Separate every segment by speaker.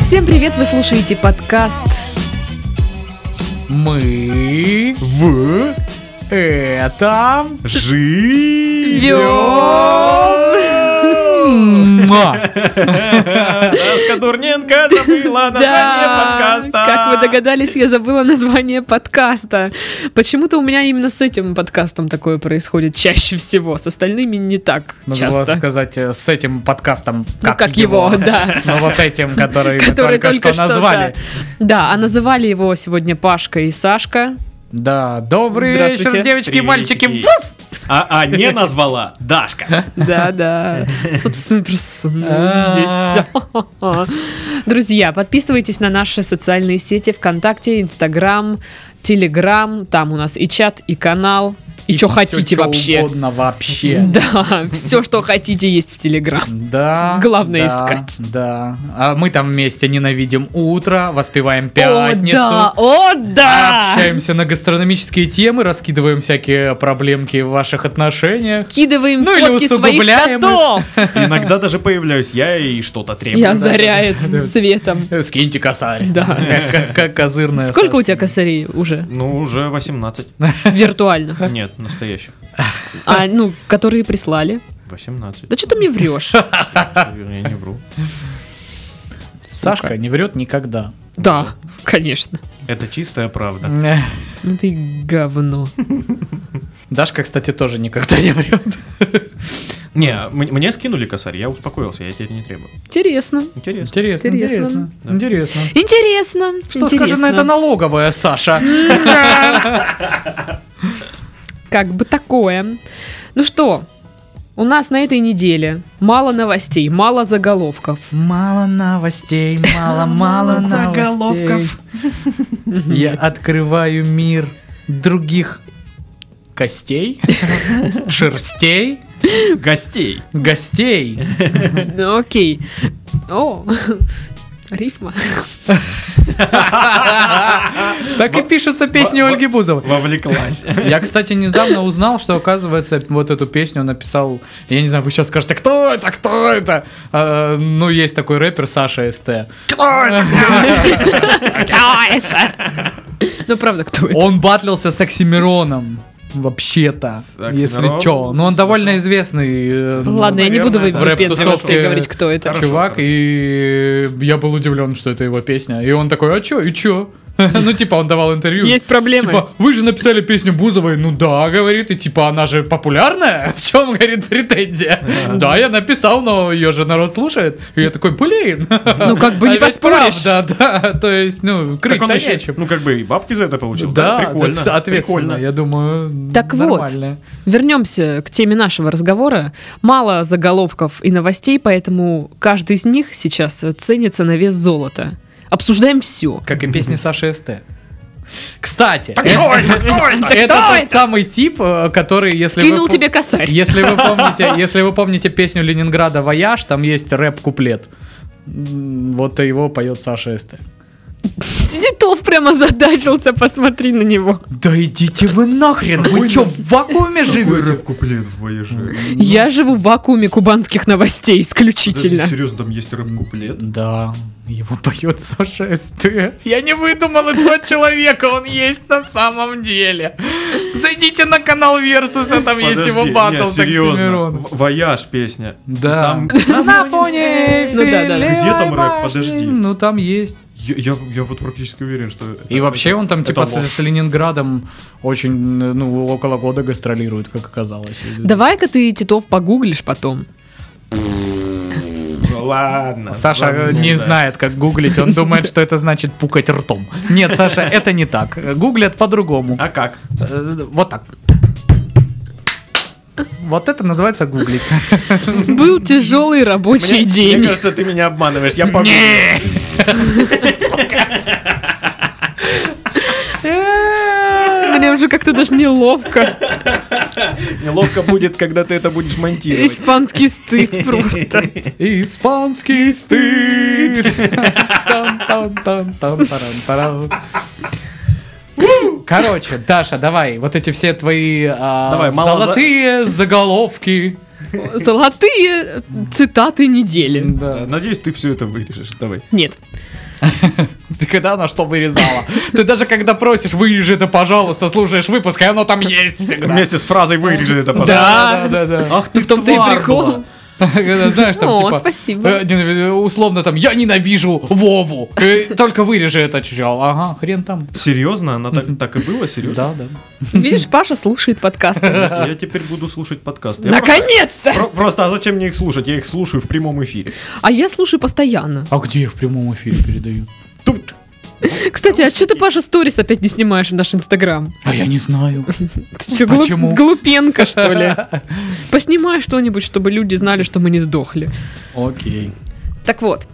Speaker 1: Всем привет, вы слушаете подкаст
Speaker 2: Мы в этом
Speaker 1: Живём.
Speaker 2: живем.
Speaker 3: Сашка Дурненко забыла
Speaker 1: Да,
Speaker 3: название подкаста.
Speaker 1: как вы догадались, я забыла название подкаста. Почему-то у меня именно с этим подкастом такое происходит чаще всего, с остальными не так
Speaker 2: Надо было
Speaker 1: часто.
Speaker 2: сказать э, с этим подкастом,
Speaker 1: Ну, как его, да.
Speaker 2: Но вот этим, который мы
Speaker 1: Который
Speaker 2: только что назвали.
Speaker 1: Да. Да, а называли его сегодня Пашка и Сашка.
Speaker 2: Да, добрый
Speaker 1: Здравствуйте.
Speaker 2: вечер, девочки и мальчики.
Speaker 3: Приветики. А, а не назвала Дашка.
Speaker 1: Да, да. Собственно, персона
Speaker 2: А.
Speaker 1: здесь. Друзья, подписывайтесь на наши социальные сети ВКонтакте, Инстаграм, Телеграм. Там у нас и чат, и канал, и, что
Speaker 2: всё,
Speaker 1: хотите
Speaker 2: чё
Speaker 1: вообще.
Speaker 2: угодно вообще.
Speaker 1: Да, все, что хотите, есть в Телеграм.
Speaker 2: Да.
Speaker 1: Главное
Speaker 2: да,
Speaker 1: искать.
Speaker 2: Да. А мы там вместе ненавидим утро, воспеваем
Speaker 1: О,
Speaker 2: пятницу.
Speaker 1: да, о, да!
Speaker 2: Общаемся на гастрономические темы, раскидываем всякие проблемки в ваших отношениях.
Speaker 1: Скидываем
Speaker 2: Ну или
Speaker 1: фотки своих
Speaker 2: усугубляем их.
Speaker 1: котов.
Speaker 3: Иногда даже появляюсь я и что-то требую.
Speaker 1: Я заряет
Speaker 2: да.
Speaker 1: светом.
Speaker 2: Э, Скиньте косарь.
Speaker 1: Да.
Speaker 2: Как, как козырная.
Speaker 1: Сколько у
Speaker 2: Саша.
Speaker 1: тебя косарей уже
Speaker 3: Ну, уже 18.
Speaker 1: виртуальных?
Speaker 3: Нет, настоящих.
Speaker 1: А, ну, которые прислали.
Speaker 3: 18.
Speaker 1: Да что ты мне врешь?
Speaker 3: Я не вру.
Speaker 2: Сашка не врет никогда.
Speaker 1: Да, конечно.
Speaker 3: Это чистая правда.
Speaker 1: Ну ты говно.
Speaker 2: Дашка, кстати, тоже никогда не врет.
Speaker 3: Не, м- мне скинули косарь, я успокоился, я теперь не требую.
Speaker 1: Интересно.
Speaker 3: Интересно.
Speaker 2: Интересно,
Speaker 1: Интересно.
Speaker 2: интересно.
Speaker 3: Да.
Speaker 2: Интересно.
Speaker 1: Интересно.
Speaker 2: Что скажет на это
Speaker 1: интересно.
Speaker 2: налоговая, Саша?
Speaker 1: Как бы такое. Ну что, у нас на этой неделе мало новостей, мало заголовков.
Speaker 2: Мало новостей, мало-мало
Speaker 3: заголовков.
Speaker 2: Я открываю мир других костей, шерстей,
Speaker 3: Гостей.
Speaker 2: гостей.
Speaker 1: Ну окей. О, рифма.
Speaker 2: Так и пишется песня
Speaker 3: во-
Speaker 2: Ольги Бузовой.
Speaker 3: Вовлеклась.
Speaker 2: Я, кстати, недавно узнал, что, оказывается, вот эту песню написал, я не знаю, вы сейчас скажете, кто это, кто это? А, ну, есть такой рэпер Саша СТ.
Speaker 1: А, это. Ну правда, кто это?
Speaker 2: Он батлился с Оксимироном. Вообще-то,
Speaker 3: Оксимирон?
Speaker 2: если чё. Но он довольно известный э,
Speaker 1: Ладно, я не
Speaker 3: ну, наверное,
Speaker 1: буду
Speaker 3: да.
Speaker 1: выбирать
Speaker 2: Рэп-тусовки.
Speaker 1: говорить, кто это.
Speaker 3: Хорошо,
Speaker 2: чувак,
Speaker 3: хорошо.
Speaker 2: и я был удивлен, что это его песня. И он такой, а чё, и чё? Ну, типа, он давал интервью.
Speaker 1: Есть проблемы.
Speaker 2: Типа, вы же написали песню Бузовой, ну да, говорит, и типа она же популярная, в чем, говорит, претензия? Да, я написал, но ее же народ слушает. И я такой, блин.
Speaker 1: Ну как бы не поспоришь.
Speaker 2: Да, да, то есть, ну,
Speaker 3: Так
Speaker 2: крыть-то
Speaker 3: он еще,
Speaker 2: нечем.
Speaker 3: ну, как бы и бабки за это получил.
Speaker 2: Да,
Speaker 3: прикольно.
Speaker 2: прикольно, соответственно,
Speaker 3: прикольно.
Speaker 2: я думаю,
Speaker 1: Так вот.
Speaker 2: нормально.
Speaker 1: Вернемся к теме нашего разговора. Мало заголовков и новостей, поэтому каждый из них сейчас ценится на вес золота. Обсуждаем все.
Speaker 2: Как и песни Саши СТ. Кстати,
Speaker 3: Кто это? Кто это?
Speaker 2: это
Speaker 1: это?
Speaker 2: тот самый тип, э, который, если вы
Speaker 1: Кинул
Speaker 2: пом-
Speaker 1: тебе косарь.
Speaker 2: Если вы помните, если вы помните песню Ленинграда «Вояж», там есть рэп-куплет. М, Вот и его поет Саша СТ.
Speaker 1: Титов прямо задачился, посмотри на него.
Speaker 2: Да идите вы нахрен, вы чё, в вакууме живете?
Speaker 3: куплет в вояже.
Speaker 1: Я живу в вакууме кубанских новостей исключительно.
Speaker 3: серьезно, там есть рыб-куплет?
Speaker 2: Да, его поет Саша СТ. Я не выдумал этого человека, он есть на самом деле. Зайдите на канал Версус, а там есть его батл с Оксимироном.
Speaker 3: Вояж песня.
Speaker 2: Да.
Speaker 3: Там-
Speaker 2: на фоне
Speaker 1: Ну да, да.
Speaker 2: филе
Speaker 3: Где там рэп?
Speaker 2: овощный.
Speaker 3: Подожди.
Speaker 2: Ну там есть.
Speaker 3: Я, я, я вот практически уверен, что... это-
Speaker 2: И вообще он там
Speaker 3: это
Speaker 2: типа с,
Speaker 3: ложь.
Speaker 2: с Ленинградом очень, э, ну, около года гастролирует, как оказалось.
Speaker 1: Давай-ка ты Титов погуглишь потом.
Speaker 3: Ну Ладно.
Speaker 2: Саша э,
Speaker 3: забыл,
Speaker 2: не
Speaker 3: да.
Speaker 2: знает, как гуглить, он думает, что это значит пукать ртом. Нет, Саша, это не так. Гуглят по-другому.
Speaker 3: А как?
Speaker 2: Э, Вот так. Вот это называется гуглить.
Speaker 1: Был тяжелый рабочий
Speaker 3: Мне, мне
Speaker 1: день.
Speaker 3: кажется, ты меня обманываешь. Я погуглил.
Speaker 1: Мне уже как-то даже неловко.
Speaker 3: Неловко будет, когда ты это будешь монтировать.
Speaker 1: Испанский стыд просто.
Speaker 2: Испанский стыд. Там-там-там-там-тарам-тарам. Короче, Даша, давай, вот эти все твои а,
Speaker 3: Давай, мало за-
Speaker 2: золотые заголовки.
Speaker 1: Золотые э, цитаты недели.
Speaker 2: Да.
Speaker 3: Надеюсь, ты все это вырежешь. Давай.
Speaker 1: Нет.
Speaker 2: Ты когда она что вырезала? Ты даже когда просишь, вырежи это, пожалуйста, слушаешь выпуск, и оно там есть всегда.
Speaker 3: Вместе с фразой вырежи это, пожалуйста.
Speaker 2: Да, да, да.
Speaker 3: Ах ты
Speaker 1: В том-то и
Speaker 3: тварь
Speaker 1: прикол.
Speaker 3: была.
Speaker 2: Когда, Знаешь, там
Speaker 1: О,
Speaker 2: типа...
Speaker 1: спасибо.
Speaker 2: э, ненавид- Условно там, я ненавижу Вову. Э, Только вырежи это, чучел. Ага, хрен там.
Speaker 3: Серьезно? Она так, так и было?
Speaker 2: Да,
Speaker 3: Серьезно?
Speaker 2: да.
Speaker 1: Видишь, Паша слушает подкасты.
Speaker 3: Я я теперь буду слушать подкасты. Я просто-
Speaker 1: Наконец-то!
Speaker 3: про- Просто, а зачем мне их слушать? Я их слушаю в прямом эфире.
Speaker 1: А я слушаю постоянно.
Speaker 2: А где я в прямом эфире передаю?
Speaker 3: Тут.
Speaker 1: Кстати, а что ты, Паша, сторис опять не снимаешь в наш Инстаграм?
Speaker 2: А я не знаю.
Speaker 1: Ты что, глуп-
Speaker 2: Почему?
Speaker 1: глупенко, что ли? Поснимай что-нибудь, чтобы люди знали, что мы не сдохли.
Speaker 2: Окей.
Speaker 1: Так вот.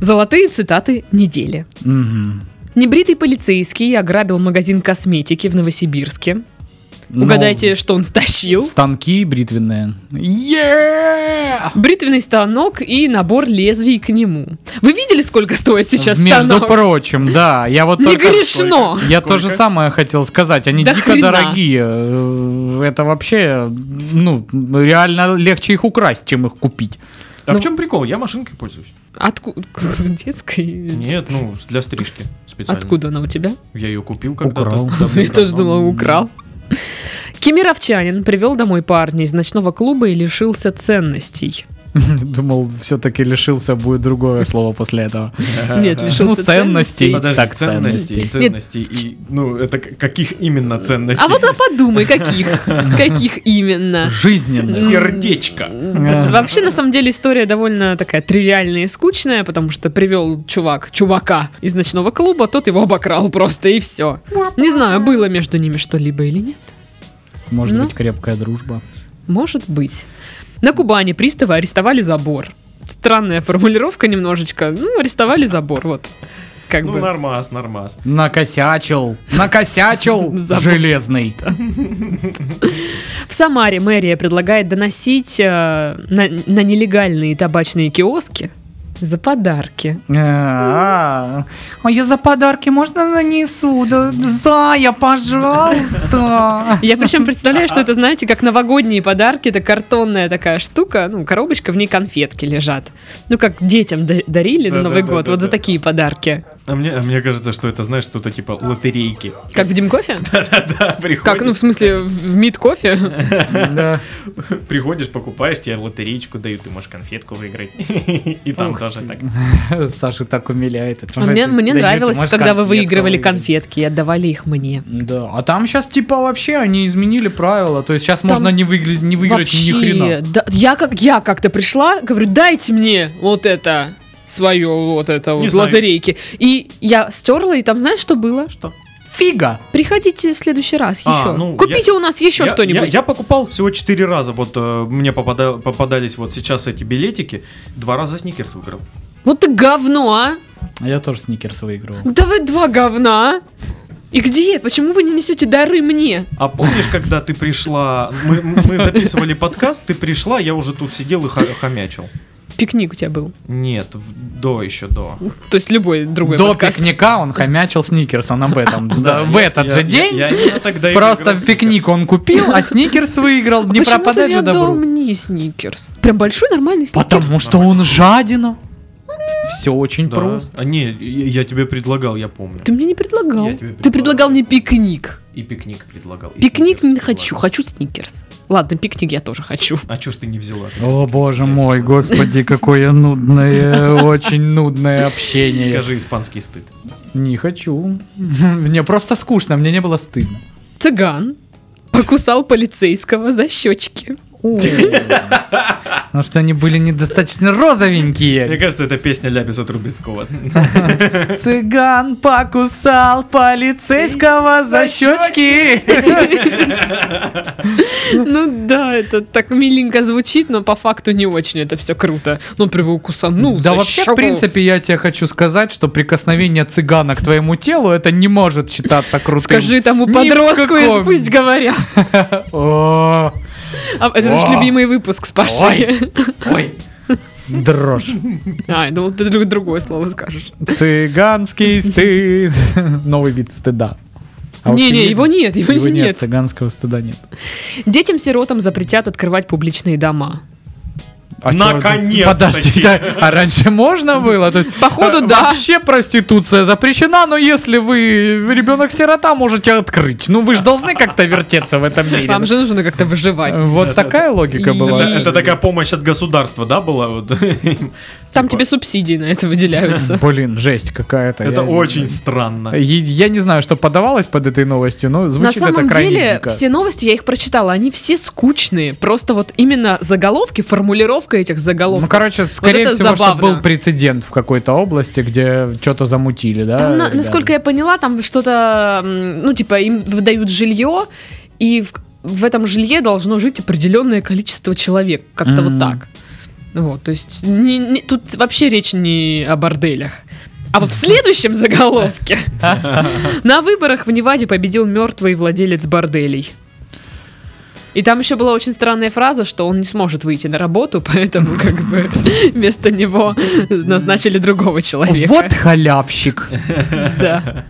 Speaker 1: Золотые цитаты недели.
Speaker 2: Мгм.
Speaker 1: Небритый полицейский ограбил магазин косметики в Новосибирске.
Speaker 2: Ну,
Speaker 1: Угадайте, что он стащил.
Speaker 2: Станки бритвенные. Е!
Speaker 1: Бритвенный станок и набор лезвий к нему. Вы видели, сколько стоит сейчас
Speaker 2: Между
Speaker 1: станок?
Speaker 2: прочим, да, я вот
Speaker 1: Не
Speaker 2: только...
Speaker 1: грешно.
Speaker 2: Я
Speaker 3: Сколько?
Speaker 2: то же самое хотел сказать. Они
Speaker 1: Да
Speaker 2: дико
Speaker 1: хрена.
Speaker 2: дорогие. Э, Это вообще, ну, реально легче их украсть, чем их купить.
Speaker 3: А
Speaker 1: Ну.
Speaker 3: в чем прикол? Я машинкой пользуюсь.
Speaker 1: Откуда? Детской?
Speaker 3: Нет, ну, для стрижки специально.
Speaker 1: Э,
Speaker 3: ну,
Speaker 1: Откуда она у тебя?
Speaker 3: Я ее купил когда-то.
Speaker 2: Украл.
Speaker 3: давным-давно.
Speaker 1: Я тоже думала, украл. Кемеровчанин привел домой парня из ночного клуба и лишился ценностей.
Speaker 2: Думал, все-таки лишился, будет другое слово после этого.
Speaker 1: Нет,
Speaker 2: Ну,
Speaker 1: лишился ценностей.
Speaker 2: ценностей.
Speaker 3: Подожди,
Speaker 2: Так,
Speaker 3: ценности, ценности и, ну, это к- каких именно ценностей?
Speaker 1: А вот а подумай, каких? Каких именно?
Speaker 2: Жизненно.
Speaker 3: сердечко.
Speaker 1: Вообще, на самом деле, история довольно такая тривиальная и скучная, потому что привел чувак, чувака из ночного клуба, тот его обокрал просто, и все. Не знаю, было между ними что-либо или нет.
Speaker 2: Может
Speaker 1: Ну.
Speaker 2: быть, крепкая дружба.
Speaker 1: Может быть. На Кубани приставы арестовали забор. Странная формулировка немножечко. Ну, арестовали забор, вот. Как
Speaker 3: Ну,
Speaker 1: бы.
Speaker 3: нормас, нормас.
Speaker 2: Накосячил. Накосячил.
Speaker 1: Забыл.
Speaker 2: Железный.
Speaker 1: В Самаре мэрия предлагает доносить э, на, на нелегальные табачные киоски за подарки.
Speaker 2: А, а я за подарки можно нанесу? Да, Зая, пожалуйста.
Speaker 1: Я причем представляю, что это, знаете, как новогодние подарки. Это картонная такая штука, ну, коробочка, в ней конфетки лежат. Ну, как детям да- дарили на
Speaker 3: Да,
Speaker 1: Новый
Speaker 3: да,
Speaker 1: год.
Speaker 3: да,
Speaker 1: Вот
Speaker 3: да,
Speaker 1: за
Speaker 3: да.
Speaker 1: такие подарки.
Speaker 3: А мне, а мне кажется, что это, знаешь, что-то типа лотерейки.
Speaker 1: Как в Димкофе?
Speaker 3: Да, приходишь,
Speaker 1: Как, ну, в смысле, в- в Мидкофе?
Speaker 2: Да.
Speaker 3: приходишь, покупаешь, тебе лотереечку дают, ты можешь конфетку выиграть. И там тоже так.
Speaker 2: Саша так умиляет.
Speaker 1: А
Speaker 2: Это же
Speaker 1: Мне,
Speaker 2: ты-
Speaker 1: мне
Speaker 2: да нет,
Speaker 1: нравилось,
Speaker 2: ты можешь
Speaker 1: когда вы
Speaker 2: конфетку
Speaker 1: выигрывали
Speaker 2: выиграть.
Speaker 1: конфетки и отдавали их мне.
Speaker 2: Да, а там сейчас типа вообще они изменили правила, то есть сейчас можно не, выиграть, не выиграть ни хрена.
Speaker 1: да, я как я как-то пришла, говорю, дайте мне вот это свое вот это
Speaker 3: Не
Speaker 1: вот
Speaker 3: знаю.
Speaker 1: лотерейки. И я стерла, и там знаешь, что было?
Speaker 3: Что?
Speaker 2: Фига!
Speaker 1: Приходите в следующий раз
Speaker 3: А,
Speaker 1: еще.
Speaker 3: ну,
Speaker 1: Купите у нас еще
Speaker 3: Я-
Speaker 1: что-нибудь.
Speaker 3: Я, я покупал всего 4 раза. Вот э, мне попада- попадались вот сейчас эти билетики. Два раза сникерс выиграл.
Speaker 1: Вот ты говно, а!
Speaker 2: А Я тоже сникерс выигрывал.
Speaker 1: Да вы два говна! а? И где? Почему вы не несете дары мне?
Speaker 3: А помнишь, когда ты пришла, мы, мы записывали подкаст, ты пришла, я уже тут сидел и ха- хомячил.
Speaker 1: Пикник у тебя был.
Speaker 3: Нет, в- до еще до.
Speaker 1: То есть любой другой
Speaker 2: До
Speaker 1: подкаст.
Speaker 2: пикника он хомячил сникерс, он об этом. Да, в
Speaker 3: я-
Speaker 2: этот
Speaker 3: я-
Speaker 2: же
Speaker 3: я-
Speaker 2: день
Speaker 3: я именно тогда и
Speaker 2: просто
Speaker 3: выиграл
Speaker 2: в пикник
Speaker 3: «Сникерс».
Speaker 2: он купил, а сникерс выиграл. Не
Speaker 1: Почему ты
Speaker 2: пропадать
Speaker 1: не
Speaker 2: же
Speaker 1: отдал
Speaker 2: добру.
Speaker 1: мне сникерс? Прям большой нормальный сникерс.
Speaker 2: Потому что он жадина. Все очень
Speaker 3: Да.
Speaker 2: просто.
Speaker 3: А, не, я я тебе предлагал, я помню.
Speaker 1: Ты мне не предлагал.
Speaker 3: Я тебе
Speaker 1: Ты предлагал мне пикник.
Speaker 3: И пикник предлагал. и
Speaker 1: Пикник
Speaker 3: «Сникерс»
Speaker 1: не хочу,
Speaker 3: предлагал.
Speaker 1: хочу сникерс. Ладно, пикник я тоже хочу.
Speaker 3: А чё ж ты не взяла?
Speaker 2: О боже мой, господи, какое нудное, очень нудное общение.
Speaker 3: Скажи испанский стыд.
Speaker 2: Не хочу. Мне просто скучно, мне не было стыдно.
Speaker 1: Цыган покусал полицейского за щечки.
Speaker 2: Потому что они были недостаточно
Speaker 3: Мне
Speaker 2: розовенькие.
Speaker 3: кажется, это песня Лябиса Трубецкого.
Speaker 2: Цыган покусал полицейского за щечки.
Speaker 1: Ну да, это так миленько звучит, но по факту не очень это все круто. Ну, прям его кусанул
Speaker 2: Да
Speaker 1: за
Speaker 2: вообще, в
Speaker 1: щеку.
Speaker 2: принципе, я тебе хочу сказать, что прикосновение цыгана к твоему телу, это не может считаться крутым.
Speaker 1: Скажи тому
Speaker 2: Ну, Ни в
Speaker 1: подростку, и
Speaker 2: каком.
Speaker 1: пусть говорят.
Speaker 2: О,
Speaker 1: А, это наш
Speaker 2: О.
Speaker 1: любимый выпуск с Пашей.
Speaker 2: Ой. Дрожь.
Speaker 1: А, я думал, ты друг- другое слово скажешь.
Speaker 2: Цыганский стыд. Новый вид стыда. А вообще
Speaker 1: Не-не,
Speaker 2: есть?
Speaker 1: его нет, его
Speaker 2: Его
Speaker 1: нет.
Speaker 2: цыганского стыда нет.
Speaker 1: Детям-сиротам запретят открывать публичные дома.
Speaker 2: А чё-
Speaker 3: Наконец-таки.
Speaker 2: Подожди, да, а раньше можно было? То есть,
Speaker 1: Походу,
Speaker 2: э,
Speaker 1: да.
Speaker 2: Вообще проституция запрещена, но если вы ребенок-сирота, можете открыть. Ну вы же должны как-то вертеться в этом мире.
Speaker 1: Вам же нужно как-то выживать.
Speaker 2: Вот такая логика
Speaker 1: И-
Speaker 2: была.
Speaker 1: Да,
Speaker 3: Это, это такая помощь от государства, да, была? Вот.
Speaker 1: Там
Speaker 3: Типа,
Speaker 1: тебе субсидии на это выделяются.
Speaker 2: Блин, жесть какая-то.
Speaker 3: Это
Speaker 2: Я- А
Speaker 3: очень странно.
Speaker 2: Е- Я не знаю, что подавалось под этой новостью, но
Speaker 1: На
Speaker 2: звучит это
Speaker 1: самом
Speaker 2: крайне
Speaker 1: деле,
Speaker 2: дико.
Speaker 1: все новости, я их прочитала, они все скучные. Просто вот именно заголовки, формулировка этих заголовков.
Speaker 2: Ну, короче, скорее
Speaker 1: это
Speaker 2: всего,
Speaker 1: забавно.
Speaker 2: что был прецедент в какой-то области, где что-то замутили, да?
Speaker 1: Там, на-
Speaker 2: ребята?
Speaker 1: насколько я поняла, там что-то, м, ну, типа, им выдают жилье, и в, в этом жилье должно жить определенное количество человек. Как-то
Speaker 2: М.
Speaker 1: вот так. Вот, то есть не- не- тут вообще речь не о борделях. А вот в следующем заголовке на выборах в Неваде победил мертвый владелец борделей. И там еще была очень странная фраза, что он не сможет выйти на работу, поэтому как бы вместо него назначили другого человека.
Speaker 2: Вот халявщик.
Speaker 1: Да.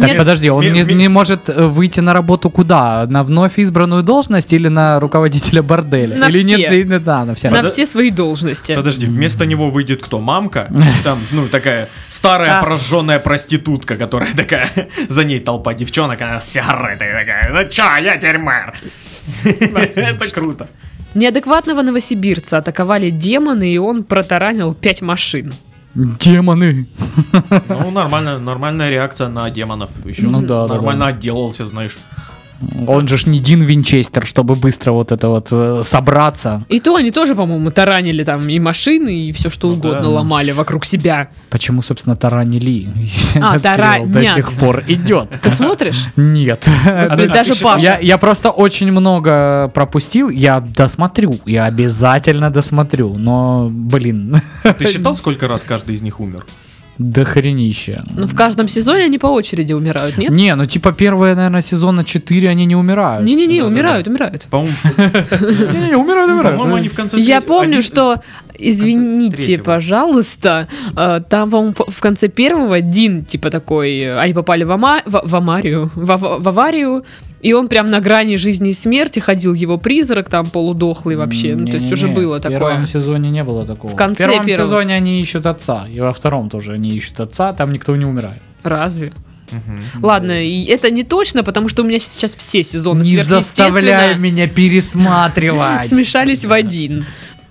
Speaker 2: Так,
Speaker 1: Нет.
Speaker 2: подожди, он
Speaker 3: Ми-
Speaker 2: не,
Speaker 3: ми-
Speaker 2: не может э, выйти на работу куда? На вновь избранную должность или на руководителя борделя?
Speaker 1: На
Speaker 2: или нет,
Speaker 1: все.
Speaker 2: и- да, на все.
Speaker 1: На
Speaker 3: Подо-
Speaker 1: все свои должности.
Speaker 3: Подожди, вместо него выйдет кто? Мамка? Там, ну, такая старая
Speaker 1: Да.
Speaker 3: прожженная проститутка, которая такая, за ней толпа девчонок, она с сигаретой такая, ну чё, я теперь мэр. Это круто.
Speaker 1: Неадекватного новосибирца атаковали демоны, и он протаранил пять машин.
Speaker 2: Демоны.
Speaker 3: Ну, нормально, нормальная реакция на демонов. Еще
Speaker 2: Ну да, да, да.
Speaker 3: Нормально отделался, знаешь.
Speaker 2: Он же ж не Дин Винчестер, чтобы быстро вот это вот э, собраться.
Speaker 1: И то они тоже, по-моему, таранили там и машины, и все что
Speaker 3: Ну
Speaker 1: угодно
Speaker 3: да.
Speaker 1: ломали вокруг себя.
Speaker 2: Почему, собственно, таранили?
Speaker 1: А,
Speaker 2: Этот сериал до
Speaker 1: таранят.
Speaker 2: сих пор идет.
Speaker 1: Ты смотришь?
Speaker 2: Нет.
Speaker 1: Господи,
Speaker 3: а
Speaker 1: даже
Speaker 3: ты считаешь-
Speaker 1: Паша.
Speaker 2: Я, я просто очень много пропустил. Я досмотрю. Я обязательно досмотрю. Но, блин,
Speaker 3: Ты считал, сколько раз каждый из них умер?
Speaker 2: до хренища.
Speaker 1: Ну, в каждом сезоне они по очереди умирают, нет?
Speaker 2: Не, ну типа первые, наверное, сезона 4 они не умирают.
Speaker 1: Не-не-не,
Speaker 3: Да-да-да.
Speaker 1: умирают, умирают.
Speaker 3: По-моему,
Speaker 2: Не-не-не, умирают,
Speaker 3: по-моему, они в конце...
Speaker 1: Я
Speaker 3: тре-
Speaker 1: помню,
Speaker 3: один-
Speaker 1: что, извините,
Speaker 3: третьего.
Speaker 1: пожалуйста, э, там, по-моему, по- в конце первого Дин, типа такой, э, они попали в, ама- в, в Амарию, в, ав- в аварию, и он прям на грани жизни и смерти ходил, его призрак там полудохлый вообще, ну, то есть уже было
Speaker 2: В первом
Speaker 1: такое.
Speaker 2: сезоне не было такого.
Speaker 1: В конце
Speaker 2: в первом
Speaker 1: первого.
Speaker 2: сезоне они ищут отца, и во втором тоже они ищут отца, там никто не умирает.
Speaker 1: Разве?
Speaker 3: Мгм.
Speaker 1: Ладно, и это не точно, потому что у меня сейчас все сезоны
Speaker 2: не
Speaker 1: сверхъестественно
Speaker 2: заставляй меня пересматривать.
Speaker 1: смешались в один.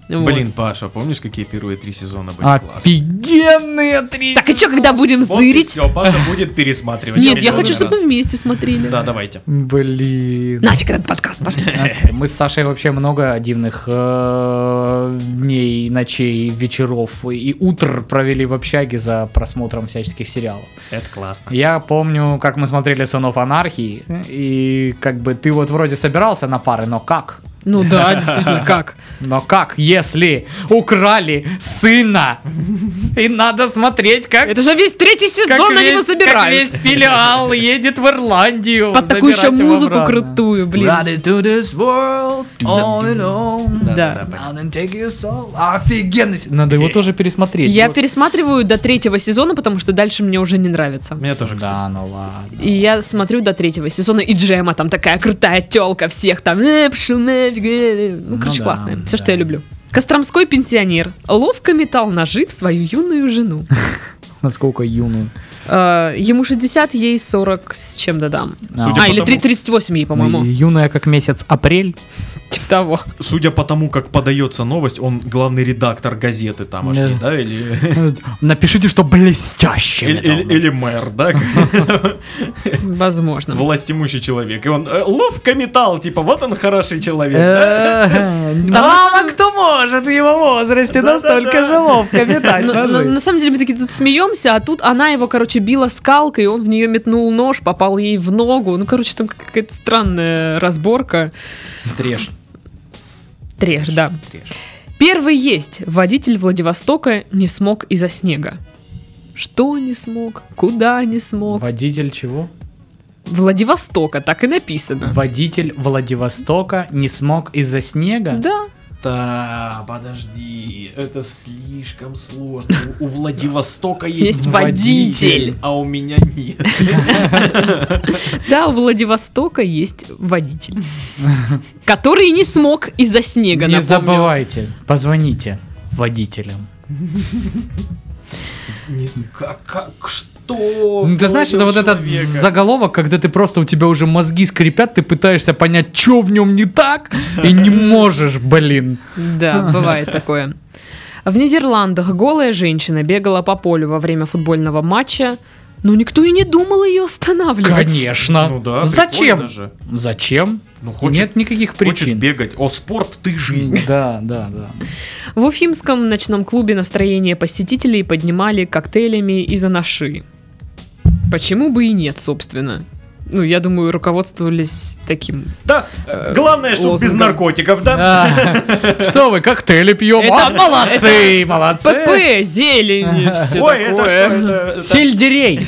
Speaker 1: Вот. А,
Speaker 3: Блин, Паша, помнишь, какие первые три сезона были классные?
Speaker 2: Офигенные три.
Speaker 1: Так и что, когда будем
Speaker 3: Вот
Speaker 1: зырить?
Speaker 3: все, Паша будет пересматривать.
Speaker 1: Нет, я
Speaker 3: миллион
Speaker 1: хочу,
Speaker 3: раз.
Speaker 1: чтобы вы вместе смотрели.
Speaker 3: Да, давайте.
Speaker 2: Блин.
Speaker 1: Нафиг этот подкаст, пошли.
Speaker 2: А, Мы с Сашей вообще много дивных э, дней, ночей, вечеров и утр провели в общаге за просмотром всяческих сериалов.
Speaker 3: Это классно.
Speaker 2: Я помню, как мы смотрели «Сынов анархии», и как бы ты вот вроде собирался на пары, но как?
Speaker 1: Ну да, действительно, как?
Speaker 2: Но как, если украли сына? И надо смотреть, как...
Speaker 1: Это же весь третий
Speaker 2: как
Speaker 1: сезон они его
Speaker 2: весь- Как
Speaker 1: собирают.
Speaker 2: весь филиал едет в Ирландию.
Speaker 1: Под такую еще
Speaker 2: забирать его
Speaker 1: музыку
Speaker 2: обратно.
Speaker 1: крутую, блин.
Speaker 2: Running to this world, all alone.
Speaker 1: Да.
Speaker 2: Down and take your soul. Э, Офигенно. Надо его тоже пересмотреть.
Speaker 1: Я
Speaker 2: Вот.
Speaker 1: пересматриваю до третьего сезона, потому что дальше мне уже не нравится.
Speaker 3: Мне тоже, кстати.
Speaker 2: Да, ну ладно.
Speaker 1: И я смотрю до третьего сезона, и Джема там такая крутая телка всех там. «Э, пошел нафиг, э». Ну,
Speaker 2: Ну
Speaker 1: короче,
Speaker 2: да,
Speaker 1: классная. Все, что
Speaker 2: да.
Speaker 1: я люблю. Костромской пенсионер ловко метал ножи в свою юную жену.
Speaker 2: Насколько юную.
Speaker 1: Э, Ему 60, ей 40 с чем додам.
Speaker 3: Судя
Speaker 1: А,
Speaker 3: по
Speaker 1: или
Speaker 3: тому-
Speaker 1: 3- 38 ей, по-моему.
Speaker 2: Юная как месяц апрель.
Speaker 1: Типа того.
Speaker 3: Судя по тому, как подается новость, он главный редактор газеты тамошней,
Speaker 2: Да.
Speaker 3: да, или...
Speaker 2: Напишите, что блестяще.
Speaker 3: Или, или- или мэр, да?
Speaker 1: Возможно.
Speaker 3: Власть имущий человек. И он э, ловко металл, типа, вот он хороший человек. да?
Speaker 2: Э,
Speaker 1: самом-
Speaker 2: Мало кто может в его возрасте
Speaker 3: Да-да-да.
Speaker 2: настолько же ловко метать
Speaker 1: Ну, на,
Speaker 2: ножи.
Speaker 1: на самом деле мы такие тут смеемся, а тут она его, короче, била скалкой, он в нее метнул нож, попал ей в ногу. Ну, короче, там какая-то странная разборка.
Speaker 2: ну.
Speaker 3: Треш.
Speaker 1: Треш, да.
Speaker 2: Э.
Speaker 3: треш.
Speaker 1: Первый есть. Водитель Владивостока не смог из-за снега. Что не смог? Куда не смог?
Speaker 2: Водитель чего?
Speaker 1: Владивостока, так и написано.
Speaker 2: Водитель Владивостока не смог из-за снега?
Speaker 1: Да.
Speaker 3: Это, подожди, это слишком сложно. У у Владивостока есть,
Speaker 1: Есть водитель.
Speaker 3: а у меня нет.
Speaker 1: Да, у Владивостока есть водитель, который не смог из-за снега.
Speaker 2: Не
Speaker 1: напомню.
Speaker 2: забывайте, позвоните водителям.
Speaker 3: Не знаю, как, как- что?
Speaker 2: Ну, ты знаешь, это
Speaker 3: у
Speaker 2: вот этот
Speaker 3: человека?
Speaker 2: заголовок, когда ты просто, у тебя уже мозги скрипят, ты пытаешься понять, что в нем не так, и не можешь, блин.
Speaker 1: Да, бывает такое. В Нидерландах голая женщина бегала по полю во время футбольного матча, но никто и не думал ее останавливать.
Speaker 2: Конечно.
Speaker 3: Ну да, прикольно
Speaker 2: Зачем?
Speaker 3: же.
Speaker 2: Зачем?
Speaker 3: Ну хочет,
Speaker 2: Нет никаких
Speaker 3: хочет
Speaker 2: причин.
Speaker 3: бегать. О, спорт, ты жизнь.
Speaker 2: Да, да, да.
Speaker 1: В Уфимском ночном клубе настроение посетителей поднимали коктейлями из анаши. Почему бы и нет, собственно. Ну, я думаю, руководствовались таким.
Speaker 3: Да, главное, чтоб без
Speaker 1: лозунгом.
Speaker 3: наркотиков, да?
Speaker 2: А, Что вы, коктейли пьем?
Speaker 1: Это-
Speaker 2: А, молодцы, молодцы.
Speaker 1: ПП, зелень, все
Speaker 3: Ой,
Speaker 1: такое.
Speaker 3: это что? это- это-
Speaker 2: Сельдерей.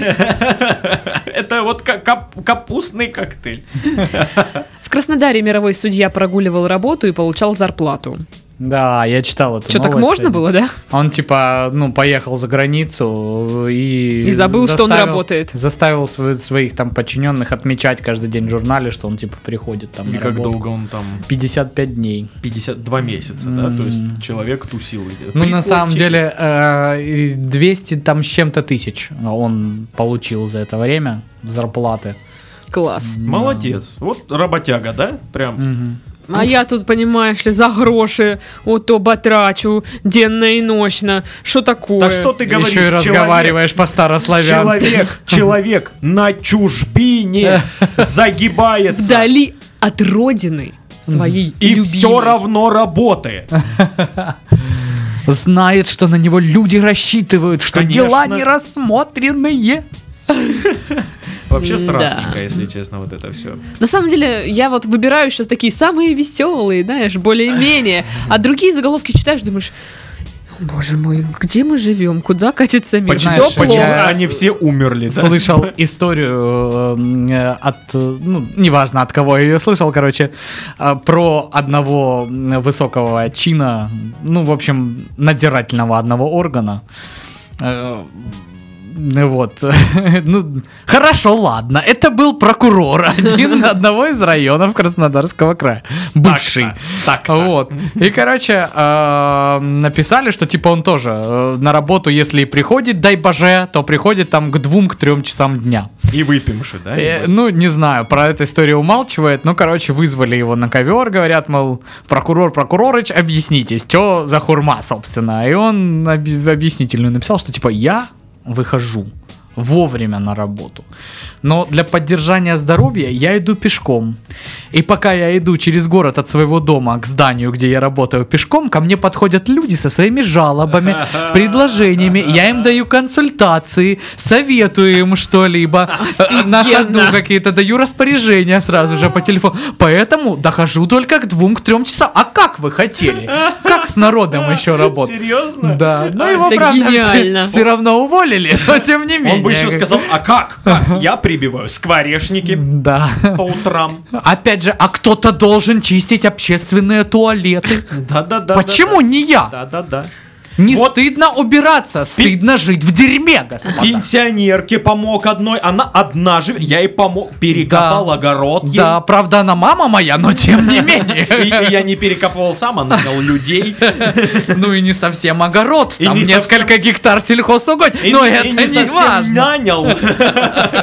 Speaker 3: Это вот ка- кап- капустный коктейль.
Speaker 1: В Краснодаре мировой судья прогуливал работу и получал зарплату.
Speaker 2: Да, я читал это.
Speaker 1: Что, так можно было, да?
Speaker 2: Он типа, ну, поехал за границу и...
Speaker 1: И забыл, что он работает.
Speaker 2: Заставил сво- своих там подчиненных отмечать каждый день в журнале, что он типа приходит там
Speaker 3: И
Speaker 2: на
Speaker 3: как
Speaker 2: работу.
Speaker 3: долго он там?
Speaker 2: 55 дней.
Speaker 3: 52 месяца, да? То есть человек тусил.
Speaker 2: Ну, на самом деле, э, и 200 там с чем-то тысяч он получил за это время зарплаты.
Speaker 1: Класс.
Speaker 3: Молодец. Вот работяга, да? Прям.
Speaker 1: А я тут, понимаешь ли, за гроши то потрачу денно и ночно. Что такое?
Speaker 3: Так что ты говоришь?
Speaker 2: Еще и
Speaker 3: человек-
Speaker 2: разговариваешь по-старославянски.
Speaker 3: Человек, человек на чужбине загибается.
Speaker 1: Вдали от родины своей
Speaker 3: И
Speaker 1: любимой.
Speaker 3: все равно работает.
Speaker 2: Знает, что на него люди рассчитывают, что
Speaker 3: Конечно.
Speaker 2: дела не рассмотренные.
Speaker 3: Вообще
Speaker 1: М-да.
Speaker 3: страшненько, если честно, вот это все.
Speaker 1: На самом деле, я вот выбираю сейчас такие самые веселые, знаешь, более-менее. А другие заголовки читаешь, думаешь, «О, боже мой, где мы живем? Куда катится мир?
Speaker 2: Почему-
Speaker 1: Все
Speaker 2: Знаешь,
Speaker 1: плохо.
Speaker 2: я-
Speaker 3: Они все умерли. да?
Speaker 2: слышал историю э, м, от, э, ну, неважно от кого я ее слышал, короче, э, про одного м, высокого чина, ну, в общем, надзирательного одного органа. Э, ну Вот. Ну, хорошо, ладно. Это был прокурор один одного из районов Краснодарского края. Бывший.
Speaker 3: Так,
Speaker 2: Вот. И, короче, э, написали, что типа он тоже э, на работу, если и приходит, дай боже, то приходит там к двум, к трем часам дня.
Speaker 3: И выпьемши, да?
Speaker 2: Э,
Speaker 3: небось?
Speaker 2: ну, не знаю, про эту историю умалчивает, но, короче, вызвали его на ковер, говорят, мол, прокурор, прокурорыч, объяснитесь, что за хурма, собственно. И он объ- объяснительную написал, что типа я выхожу вовремя на работу. Но для поддержания здоровья я иду пешком. И пока я иду через город от своего дома к зданию, где я работаю пешком, ко мне подходят люди со своими жалобами, предложениями. Я им даю консультации, советую им что-либо. Э, На ходу какие-то даю распоряжения сразу же по телефону. Поэтому дохожу только к двум, к трем часам. А как вы хотели? Как с народом еще работать?
Speaker 3: Серьезно?
Speaker 2: Да, но его,
Speaker 1: Это
Speaker 2: правда, все,
Speaker 1: гениально.
Speaker 2: равно уволили, но тем не менее.
Speaker 3: Он бы еще
Speaker 2: как-
Speaker 3: сказал, а как? Как? Я прибиваю скворечники
Speaker 2: Да.
Speaker 3: по утрам.
Speaker 2: Опять же, а кто-то должен чистить общественные туалеты.
Speaker 3: Да-да-да.
Speaker 2: Почему не я?
Speaker 3: Да-да-да.
Speaker 2: Не
Speaker 3: Вот-
Speaker 2: стыдно убираться, стыдно жить в дерьме, господа.
Speaker 3: Пенсионерке помог одной, она одна живет. Я ей помог, перекопал
Speaker 2: Да.
Speaker 3: огород ей.
Speaker 2: Да, правда, она мама моя, но тем не
Speaker 3: И,
Speaker 2: менее.
Speaker 3: и я не перекопывал сам, а нанял людей.
Speaker 2: Ну и не совсем огород,
Speaker 3: И
Speaker 2: там
Speaker 3: не
Speaker 2: несколько гектар сельхозугодь,
Speaker 3: И
Speaker 2: но
Speaker 3: не- и
Speaker 2: это
Speaker 3: не
Speaker 2: не
Speaker 3: совсем
Speaker 2: важно.
Speaker 3: нанял.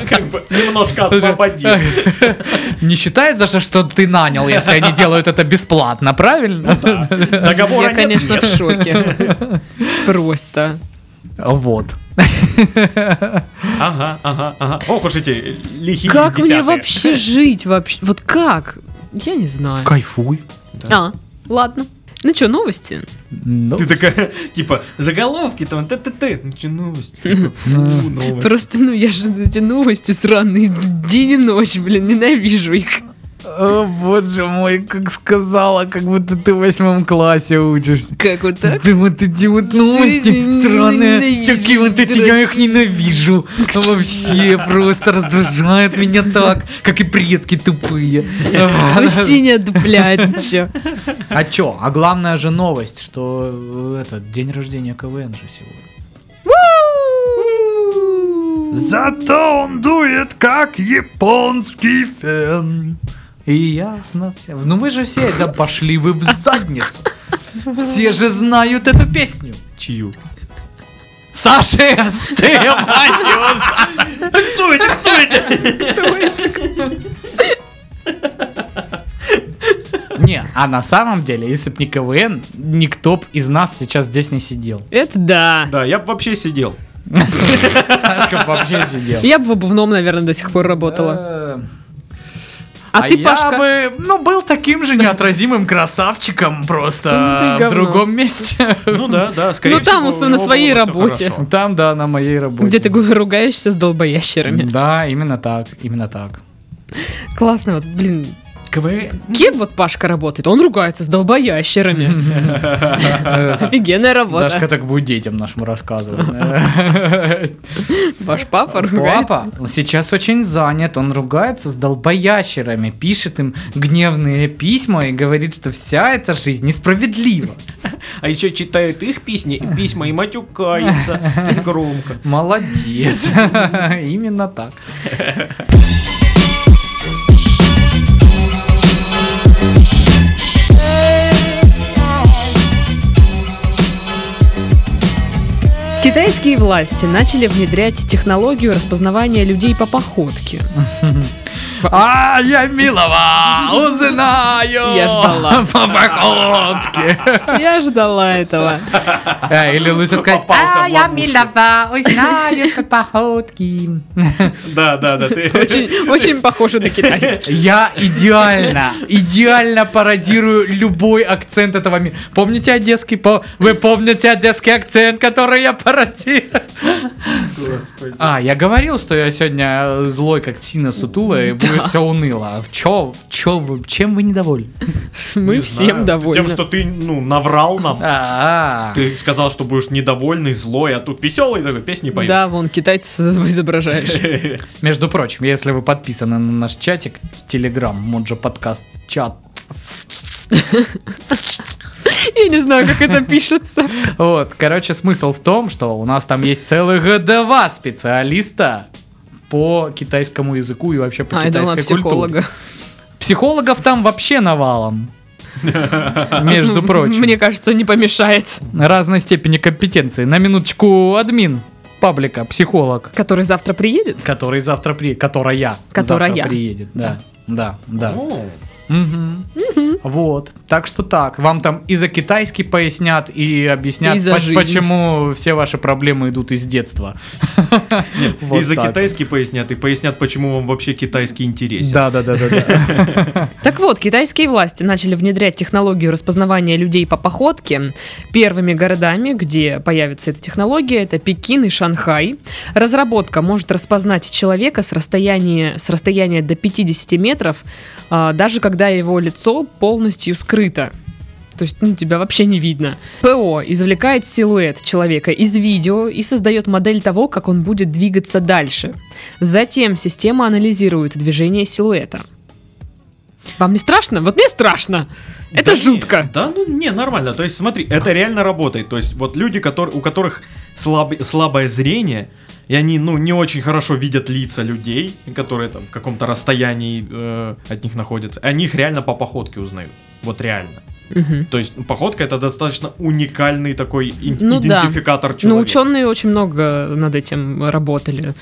Speaker 3: Как бы немножко освободил.
Speaker 2: Не считают за что, что ты нанял, если они делают это бесплатно, правильно?
Speaker 3: Договора
Speaker 1: Я,
Speaker 3: нет,
Speaker 1: конечно,
Speaker 3: нет.
Speaker 1: в шоке. Просто.
Speaker 2: Вот.
Speaker 3: Ага, ага, ага. Ох уж эти лихие
Speaker 1: Как мне
Speaker 3: десятые.
Speaker 1: вообще жить вообще? Вот как? Я не знаю.
Speaker 2: Кайфуй.
Speaker 1: А, ладно. Ну что, новости?
Speaker 2: Ну,
Speaker 3: Ты такая, типа, заголовки там, ты-ты-ты. Ну, чё, новости? Типа, фу, новости.
Speaker 1: Просто, ну, я же эти новости сраные д- день и ночь, блин, ненавижу их.
Speaker 2: О, боже э, мой, как сказала, как будто ты в восьмом классе учишься.
Speaker 1: Как вот так?
Speaker 2: Ты вот эти вот новости сраные,
Speaker 1: Ненавижу.
Speaker 2: всякие вот эти, я их ненавижу. Вообще просто раздражает меня так, как и предки тупые.
Speaker 1: Вообще нет, блядь, чё.
Speaker 2: А чё? А главная же новость, что э, этот день рождения КВН же сегодня. Зато он дует, как японский фен. И ясно все. Ну вы же все, да пошли вы в задницу. Все же знают эту песню.
Speaker 3: Чью?
Speaker 2: Саша С, ты, мать его,
Speaker 3: Кто это? Кто это?
Speaker 2: Не, а на самом деле, если б не КВН, никто б из нас сейчас здесь не сидел.
Speaker 1: Это да.
Speaker 3: Да, я бы вообще сидел.
Speaker 2: Сашка б вообще сидел.
Speaker 1: Я бы в обувном, наверное, до сих пор работала.
Speaker 2: Э,
Speaker 1: А, ты,
Speaker 2: я
Speaker 1: Пашка,
Speaker 2: бы, ну, был таким же неотразимым красавчиком
Speaker 1: Ну
Speaker 2: просто
Speaker 1: ты
Speaker 2: в
Speaker 1: говно.
Speaker 2: другом месте. Ну,
Speaker 3: Ну да, да, скорее
Speaker 1: Ну там,
Speaker 3: всего, у
Speaker 1: условно,
Speaker 3: него
Speaker 1: своей
Speaker 3: было всё
Speaker 1: работе.
Speaker 3: хорошо.
Speaker 2: Там, да, на моей работе.
Speaker 1: где ты гу- ругаешься с долбоящерами.
Speaker 2: Да, именно так, именно так.
Speaker 1: Классно, вот, блин.
Speaker 3: КВН.
Speaker 1: Кем вот Пашка работает? Он ругается с долбоящерами. Офигенная
Speaker 2: Э, Дашка
Speaker 1: работа.
Speaker 2: так будет детям нашим рассказывать.
Speaker 1: Ваш папа ругается.
Speaker 2: Папа сейчас очень занят, он ругается с долбоящерами, пишет им гневные письма и говорит, что вся эта жизнь несправедлива.
Speaker 3: А еще читает их песни, письма и матюкается громко.
Speaker 2: Молодец. Именно так.
Speaker 1: Китайские власти начали внедрять технологию распознавания людей по походке.
Speaker 2: А, я милого узнаю.
Speaker 1: Я ждала.
Speaker 2: По походке.
Speaker 1: Я ждала этого.
Speaker 2: А, Или лучше сказать,
Speaker 3: Попался
Speaker 2: а,
Speaker 3: в
Speaker 2: я
Speaker 3: ловушку».
Speaker 2: милого узнаю по походке.
Speaker 3: Да, да, да, ты.
Speaker 1: Очень, очень похоже на китайский.
Speaker 2: Я идеально, идеально пародирую любой акцент этого мира. Помните одесский? По- Вы помните одесский акцент, который я пародирую?
Speaker 3: Господи.
Speaker 2: А, я говорил, что я сегодня злой, как псина сутулая, и будет все уныло. А В чё, в чё вы- чем вы недовольны?
Speaker 1: Мы всем довольны.
Speaker 3: Тем, что ты, ну, наврал нам.
Speaker 2: А,
Speaker 3: Ты сказал, что будешь недовольный, злой, а тут веселый такой, песни поет.
Speaker 1: Да, вон китайцев изображаешь.
Speaker 2: Между прочим, если вы подписаны на наш чатик, телеграм, Моджо подкаст, чат,
Speaker 1: Я не знаю, как это пишется.
Speaker 2: Вот, короче, смысл в том, что у нас там есть целых два специалиста по китайскому языку и вообще по
Speaker 1: А, я думала,
Speaker 2: китайской культуре.
Speaker 1: психолога.
Speaker 2: Психологов там вообще навалом. Между
Speaker 1: М-
Speaker 2: прочим,
Speaker 1: Ну, Мне кажется, не помешает.
Speaker 2: разной степени компетенции. На минуточку админ паблика, психолог,
Speaker 1: Который завтра приедет?
Speaker 2: который завтра приедет, которая,
Speaker 1: Которая.
Speaker 2: завтра приедет, да. Да, да.
Speaker 3: Ну,
Speaker 2: Мгм. Вот. Так что так. Вам там и за китайский пояснят, и объяснят,
Speaker 1: И за
Speaker 2: поч-
Speaker 1: жизнь.
Speaker 2: почему все ваши проблемы идут из детства. Вот
Speaker 3: И за
Speaker 2: так.
Speaker 3: китайский пояснят, и пояснят, почему вам вообще китайский интересен.
Speaker 2: Да, да, да, да, да.
Speaker 1: Так вот, китайские власти начали внедрять технологию распознавания людей по походке. Первыми городами, где появится эта технология, это Пекин и Шанхай. Разработка может распознать человека с расстояния, с расстояния до 50 метров, а, даже когда его лицо полностью скрыто. То есть ну, тебя вообще не видно. ПО извлекает силуэт человека из видео и создает модель того, как он будет двигаться дальше. Затем система анализирует движение силуэта. Вам не страшно? Вот мне страшно. Это
Speaker 3: Да не,
Speaker 1: жутко.
Speaker 3: да, ну не, нормально. То есть, смотри, это реально работает. То есть, вот люди, которые, у которых слаб- слабое зрение, и они, ну, не очень хорошо видят лица людей, которые там в каком-то расстоянии э, от них находятся, они их реально по походке узнают. Вот реально.
Speaker 1: Мгм.
Speaker 3: То есть, ну, походка это достаточно уникальный такой ин-
Speaker 1: Ну да.
Speaker 3: идентификатор
Speaker 1: Ну,
Speaker 3: человека.
Speaker 1: ученые очень много над этим работали.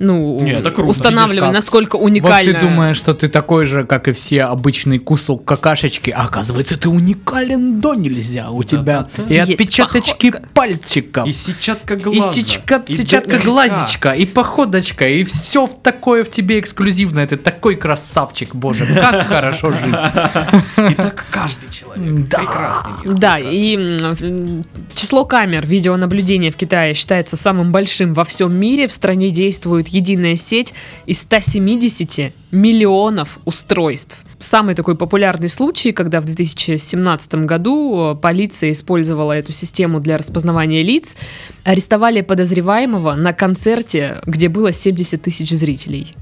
Speaker 1: Ну,
Speaker 3: Не, это круто.
Speaker 2: Видишь,
Speaker 1: устанавливали,
Speaker 2: как.
Speaker 1: насколько
Speaker 2: Вот
Speaker 1: уникально.
Speaker 2: ты думаешь, что ты такой же, как и все, обычный кусок какашечки, а оказывается, ты уникален до нельзя. У тебя
Speaker 3: Да-да-да.
Speaker 2: и
Speaker 1: Есть
Speaker 2: отпечаточки
Speaker 1: походка.
Speaker 2: пальчиков.
Speaker 3: И сетчатка
Speaker 2: И
Speaker 3: глаза.
Speaker 2: сечка,
Speaker 3: и
Speaker 2: сетчатка
Speaker 3: ДНК.
Speaker 2: глазичка, и походочка, и все такое в тебе эксклюзивное. Ты такой красавчик, боже, как хорошо жить.
Speaker 3: И так каждый человек.
Speaker 2: Да.
Speaker 3: Прекрасный мир.
Speaker 1: Да,
Speaker 3: прекрасный.
Speaker 1: и м, число камер видеонаблюдения в Китае считается самым большим во всем мире. В стране действует охватывает единая сеть из 170 миллионов устройств. Самый такой популярный случай, когда в 2017 году э, полиция использовала эту систему для распознавания лиц, арестовали подозреваемого на концерте, где было 70 тысяч зрителей.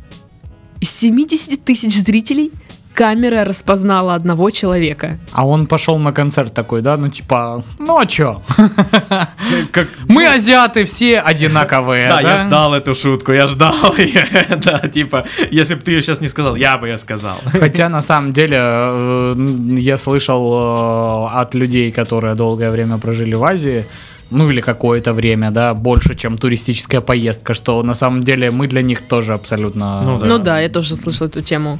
Speaker 1: Из 70 тысяч зрителей камера распознала одного человека.
Speaker 2: А он пошел на концерт такой, да? Ну, типа, ну а чё?
Speaker 3: Как-
Speaker 2: Мы азиаты все одинаковые,
Speaker 3: Да,
Speaker 2: да?
Speaker 3: я ждал эту шутку, я ждал ее. Да, типа, если бы ты ее сейчас не сказал, я бы ее сказал.
Speaker 2: Хотя на самом деле э, я слышал э, от людей, которые долгое время прожили в Азии, ну или какое-то время, да, больше, чем туристическая поездка, что на самом деле мы для них тоже абсолютно. э,
Speaker 3: Ну Да.
Speaker 1: Ну да, я тоже слышала эту тему.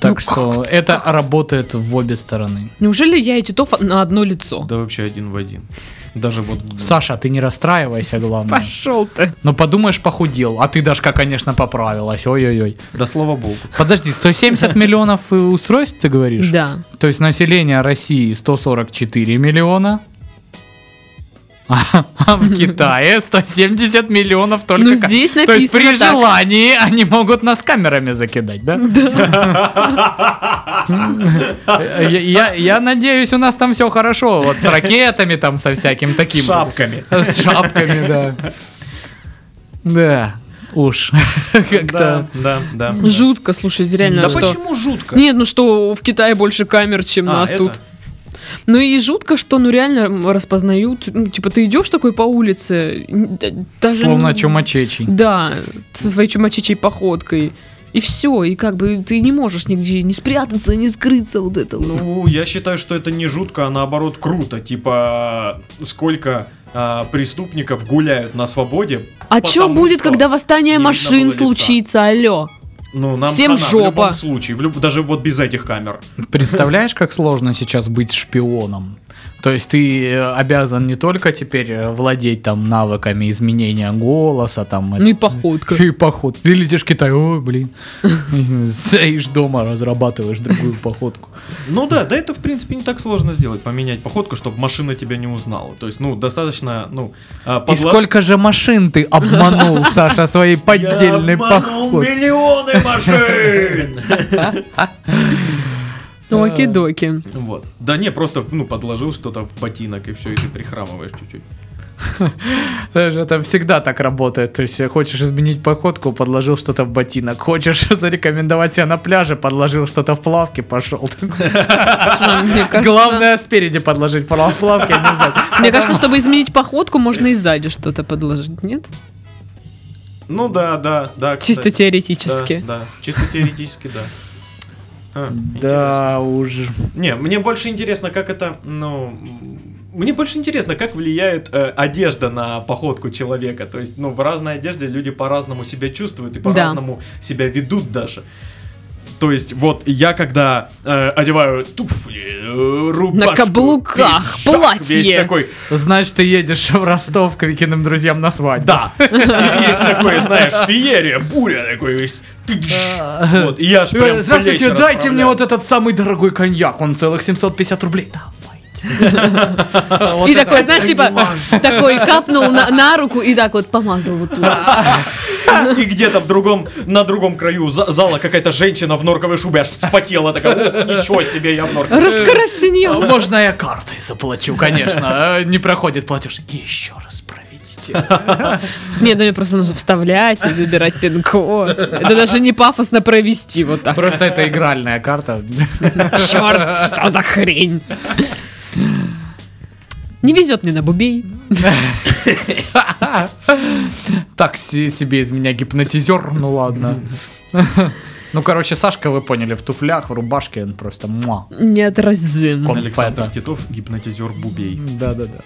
Speaker 2: Так
Speaker 1: Ну
Speaker 2: что это работает в обе стороны.
Speaker 1: Неужели я и Титов на одно лицо?
Speaker 3: Да вообще один в один. Даже вот... в-
Speaker 2: Саша, ты не расстраивайся, главное.
Speaker 1: Пошел ты.
Speaker 2: Ну подумаешь, похудел, а ты, Дашка, конечно, поправилась. Ой-ой-ой.
Speaker 3: Да слава богу.
Speaker 2: Подожди, 170 миллионов э, устройств, ты говоришь?
Speaker 1: Да.
Speaker 2: То есть население России 144 миллиона, а, а в Китае 170 миллионов только.
Speaker 1: Ну,
Speaker 2: ка-
Speaker 1: здесь
Speaker 2: То есть
Speaker 1: написано
Speaker 2: при
Speaker 1: так.
Speaker 2: желании они могут нас камерами закидать, да? Э, Я, я- я надеюсь, у нас там все хорошо. Вот с ракетами, там со всяким таким.
Speaker 3: С шапками.
Speaker 2: С шапками, да. Да. Уж. Как-то.
Speaker 3: Да, да, да.
Speaker 1: Жутко, слушайте, реально.
Speaker 3: Да
Speaker 1: что...
Speaker 3: почему жутко?
Speaker 1: Нет, ну что, в Китае больше камер, чем
Speaker 3: А,
Speaker 1: нас
Speaker 3: это?
Speaker 1: тут. Ну и жутко, что ну реально м, распознают. Ну, типа ты идешь такой по улице, н- да- даже
Speaker 2: Словно
Speaker 1: не-
Speaker 2: чумачечий.
Speaker 1: Да, со своей чумачичей походкой. И все, и как бы ты не можешь нигде не спрятаться, не скрыться вот это. вот.
Speaker 3: Ну, я считаю, что это не жутко, а наоборот круто. Типа, сколько а, преступников гуляют на свободе.
Speaker 1: а что
Speaker 3: потому
Speaker 1: будет,
Speaker 3: что
Speaker 1: когда восстание
Speaker 3: не видно было
Speaker 1: машин
Speaker 3: лица.
Speaker 1: случится, алло?
Speaker 3: Ну, нам
Speaker 1: всем
Speaker 3: хана в
Speaker 1: жопа.
Speaker 3: любом случае, в люб- даже вот без этих камер.
Speaker 2: Представляешь, как сложно сейчас быть шпионом? То есть ты э, обязан не только теперь э, владеть там навыками изменения голоса, там...
Speaker 1: Ну и походка.
Speaker 2: Еще и поход. Ты летишь в Китай, ой, блин. Сидишь дома, разрабатываешь другую походку.
Speaker 3: Ну да, да это в принципе не так сложно сделать, поменять походку, чтобы машина тебя не узнала. То есть, ну, достаточно, ну, а,
Speaker 2: И
Speaker 3: подла-
Speaker 2: сколько же машин ты обманул, Саша, своей
Speaker 3: Я
Speaker 2: поддельной
Speaker 3: обманул
Speaker 2: походкой?
Speaker 3: миллионы машин!
Speaker 1: Ну, Оки-доки.
Speaker 3: Вот. Да не, просто, ну, подложил что-то в ботинок, и все, и ты прихрамываешь чуть-чуть.
Speaker 2: Знаешь, это всегда так работает. То есть, э, хочешь изменить походку, подложил что-то в ботинок. Хочешь зарекомендовать себя на пляже, подложил что-то в плавке, пошел.
Speaker 1: Слушай, мне кажется-
Speaker 2: Э. Главное спереди подложить пла- плавки, а не сзади.
Speaker 1: Мне кажется, чтобы изменить походку, можно и сзади что-то подложить, нет?
Speaker 3: Ну да, да, да.
Speaker 1: Чисто
Speaker 3: кстати.
Speaker 1: теоретически.
Speaker 3: Да, да. чисто теоретически, да. А, интересно.
Speaker 2: Да уж.
Speaker 3: Не, мне больше интересно, как это, ну... м, Мне больше интересно, как влияет э, одежда на походку человека. То есть, ну, в разной одежде люди по-разному себя чувствуют и по-разному себя ведут даже. То есть, вот я когда э, одеваю туфли, э, рубашку,
Speaker 1: каблуках,
Speaker 3: пиджак, весь
Speaker 1: платье.
Speaker 3: такой,
Speaker 2: Значит, ты едешь в Ростов к Викиным друзьям на свадьбу.
Speaker 3: Да. И Есть такой, знаешь, феерия, буря такой весь. Вот, и я ж прям
Speaker 2: Э, Здравствуйте,
Speaker 3: плечи
Speaker 2: дайте мне вот
Speaker 3: расправляю.
Speaker 2: этот самый дорогой коньяк. Он целых 750 рублей. Давайте. Вот
Speaker 1: И
Speaker 2: это
Speaker 1: такой,
Speaker 2: вот
Speaker 1: знаешь, типа, такой капнул на, на руку и так вот помазал вот туда.
Speaker 3: И где-то в другом, на другом краю за- зала какая-то женщина в норковой шубе аж вспотела такая, «Ух, ничего себе, я в норковой
Speaker 1: Раскраснел.
Speaker 2: Можно я картой заплачу, конечно. Э, Не проходит платеж. И Еще раз проведите.
Speaker 1: Нет, ну мне просто нужно вставлять и выбирать пин-код. Это даже не пафосно провести вот так.
Speaker 2: Просто это игральная карта.
Speaker 1: Черт, что за хрень. Не везет мне на бубей.
Speaker 2: Так се- себе из меня гипнотизер, ну ладно. Ну, короче, Сашка, вы поняли, в туфлях, в рубашке, он просто муа.
Speaker 1: Неотразим.
Speaker 2: Кон-
Speaker 3: Александр
Speaker 2: Конфета.
Speaker 3: Титов, гипнотизер Бубей.
Speaker 2: Да-да-да.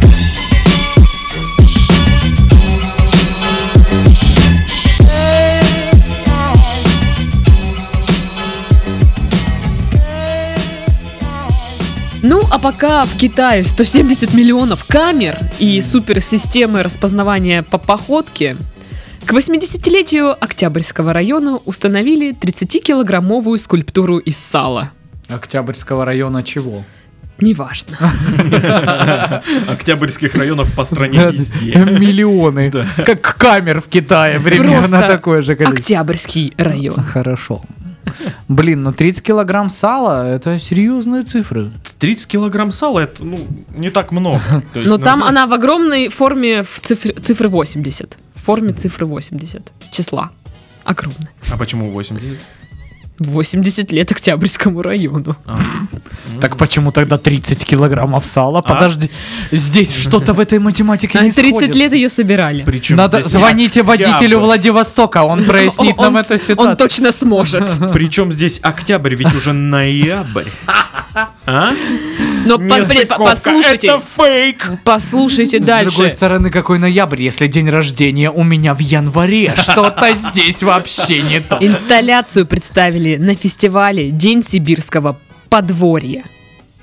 Speaker 1: Ну, а пока в Китае 170 миллионов камер и суперсистемы распознавания по походке, к 80-летию Октябрьского района установили 30-килограммовую скульптуру из сала.
Speaker 2: Октябрьского района чего?
Speaker 1: неважно.
Speaker 3: Октябрьских районов по стране
Speaker 2: Да,
Speaker 3: везде.
Speaker 2: Миллионы.
Speaker 3: Да.
Speaker 2: Как камер в Китае примерно
Speaker 1: Просто
Speaker 2: такое же количество.
Speaker 1: Октябрьский район.
Speaker 2: Хорошо. Блин, ну 30 килограмм сала это серьезные цифры.
Speaker 3: 30 килограмм сала это ну, не так много. То есть,
Speaker 1: Но
Speaker 3: ну,
Speaker 1: там
Speaker 3: ну,
Speaker 1: она в огромной форме в цифр- цифры 80. В форме цифры 80. Числа. Огромное.
Speaker 3: А почему 80?
Speaker 1: 80 лет Октябрьскому району.
Speaker 3: А,
Speaker 2: Так почему тогда 30 килограммов сала?
Speaker 3: А?
Speaker 2: Подожди, здесь что-то в этой математике не
Speaker 1: 30 лет
Speaker 2: сходится.
Speaker 1: ее собирали.
Speaker 3: причем
Speaker 2: Надо
Speaker 3: здесь
Speaker 2: звоните водителю
Speaker 3: октябрь?
Speaker 2: Владивостока, он прояснит
Speaker 1: Он-
Speaker 2: нам
Speaker 1: он
Speaker 2: эту
Speaker 1: с- Он
Speaker 2: ситуацию.
Speaker 1: точно сможет.
Speaker 3: Причем здесь октябрь, ведь уже ноябрь. А?
Speaker 1: Но пос- блин, по-
Speaker 3: Нестыковка.
Speaker 1: послушайте,
Speaker 3: Это фейк!
Speaker 1: послушайте
Speaker 2: С другой
Speaker 1: дальше.
Speaker 2: стороны, какой ноябрь, если день рождения у меня в январе? Что-то здесь вообще не то.
Speaker 1: Инсталляцию представили на фестивале День сибирского подворья.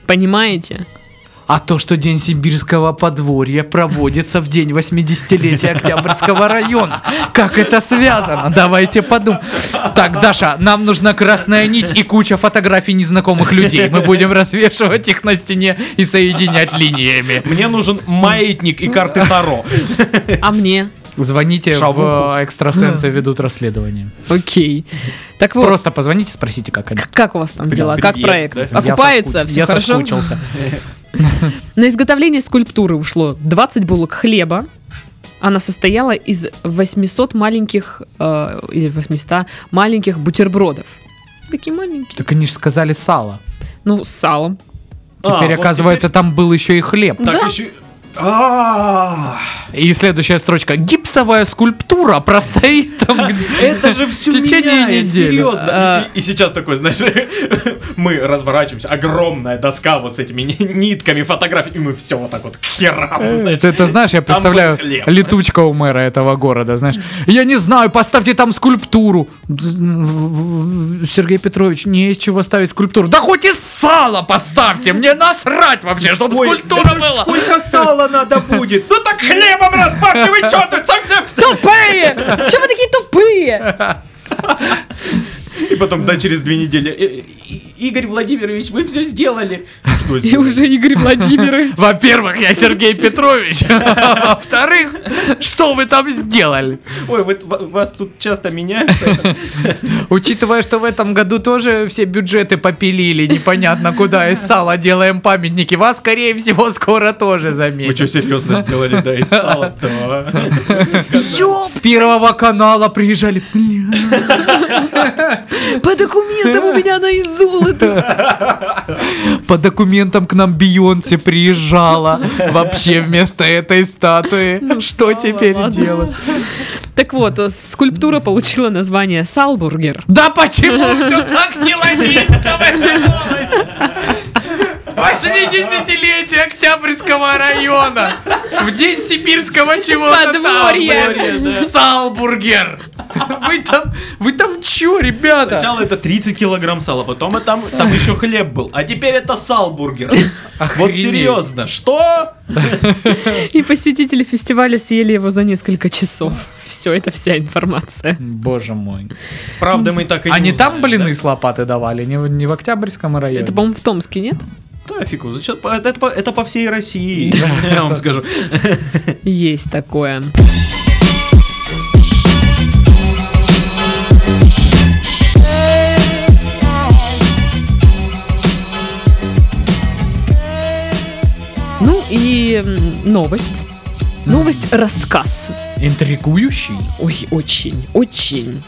Speaker 1: Понимаете?
Speaker 2: А то, что День сибирского подворья проводится в день 80-летия Октябрьского района. Как это связано? Давайте подумаем. Так, Даша, нам нужна красная нить и куча фотографий незнакомых людей. Мы будем развешивать их на стене и соединять линиями.
Speaker 3: Мне нужен маятник и карты Таро.
Speaker 1: А мне?
Speaker 2: Звоните
Speaker 3: Шавуху.
Speaker 2: в э, экстрасенсы, ведут расследование.
Speaker 1: Окей. Так вот,
Speaker 2: Просто позвоните, спросите, как они.
Speaker 1: к- как у вас там
Speaker 3: Блин,
Speaker 1: дела? Как
Speaker 3: привет,
Speaker 1: проект?
Speaker 3: да?
Speaker 2: Я
Speaker 1: Окупается?
Speaker 2: соскуч-
Speaker 1: Все
Speaker 2: Я
Speaker 1: хорошо?
Speaker 2: соскучился.
Speaker 1: На изготовление скульптуры ушло 20 булок хлеба. Она состояла из 800 маленьких, э, или 800 маленьких бутербродов. Такие маленькие.
Speaker 2: Так они же сказали сало.
Speaker 1: Ну, с салом.
Speaker 3: А,
Speaker 2: Теперь,
Speaker 3: вот
Speaker 2: оказывается, там был еще и хлеб.
Speaker 3: теперь- Так
Speaker 1: Да.
Speaker 3: еще... А,
Speaker 2: И следующая строчка. Гипсовая скульптура простоит там.
Speaker 3: Это же все
Speaker 2: В течение
Speaker 3: меняет,
Speaker 2: недели.
Speaker 1: А.
Speaker 3: серьезно. И, и сейчас такой, знаешь, мы разворачиваемся, огромная доска вот с этими ни- нитками фотографий, и мы все вот так вот к херам.
Speaker 2: Ты это знаешь, я представляю
Speaker 3: был хлеб.
Speaker 2: летучка у мэра этого города, знаешь. Я не знаю, поставьте там скульптуру. Сергей Петрович, не из чего ставить скульптуру. Да хоть из сала поставьте, мне насрать вообще, чтобы
Speaker 3: Ой,
Speaker 2: скульптура
Speaker 3: да ж
Speaker 2: была.
Speaker 3: сколько сала надо будет? Ну так хлебом разбавьте, вы что тут совсем?
Speaker 1: Тупые! Чего вы такие тупые?
Speaker 3: И потом, да, через две недели. «Э, И- Игорь Владимирович, мы все сделали. Что
Speaker 1: И
Speaker 3: сделали?
Speaker 1: уже Игорь Владимирович.
Speaker 2: Во-первых, я Сергей Петрович. А Во-вторых, что вы там сделали?
Speaker 3: Ой, вот ва- вас тут часто меняют. поэтому-
Speaker 2: Учитывая, что в этом году тоже все бюджеты попилили, непонятно куда из сала делаем памятники, вас, скорее всего, скоро тоже
Speaker 3: Вы что,
Speaker 2: заметят.
Speaker 3: серьезно сделали, да, из сала? Да.
Speaker 2: С первого канала приезжали. «Бля,
Speaker 1: По документам у меня она из золота.
Speaker 2: По документам к нам Бейонсе приезжала. Вообще вместо этой статуи. что
Speaker 1: сало,
Speaker 2: теперь
Speaker 1: ладно.
Speaker 2: делать?
Speaker 1: Так вот, э, скульптура получила название Салбургер.
Speaker 2: Да почему все так нелогично в этой новости? 80-летие Октябрьского района. В день сибирского чего-то там.
Speaker 1: Подворья.
Speaker 2: блин. Салбургер. Вы там, вы там чё, ребята?
Speaker 3: Сначала это 30 килограмм сала, потом и там, там еще хлеб был, а теперь это салбургер. Вот
Speaker 2: Охренеть.
Speaker 3: серьезно, что?
Speaker 1: И посетители фестиваля съели его за несколько часов. Все, это вся информация.
Speaker 2: Боже мой.
Speaker 3: Правда, мы так и не
Speaker 2: Они там
Speaker 3: узнали,
Speaker 2: блины с лопаты давали, не в, не в Октябрьском районе.
Speaker 1: Это, по-моему, в Томске, нет?
Speaker 3: да? Да, фигу, зачем? Это, это по- это по всей России, я вам скажу.
Speaker 1: Есть такое. Ну и м, новость. Новость рассказ.
Speaker 2: Интригующий.
Speaker 1: Ой, очень, очень.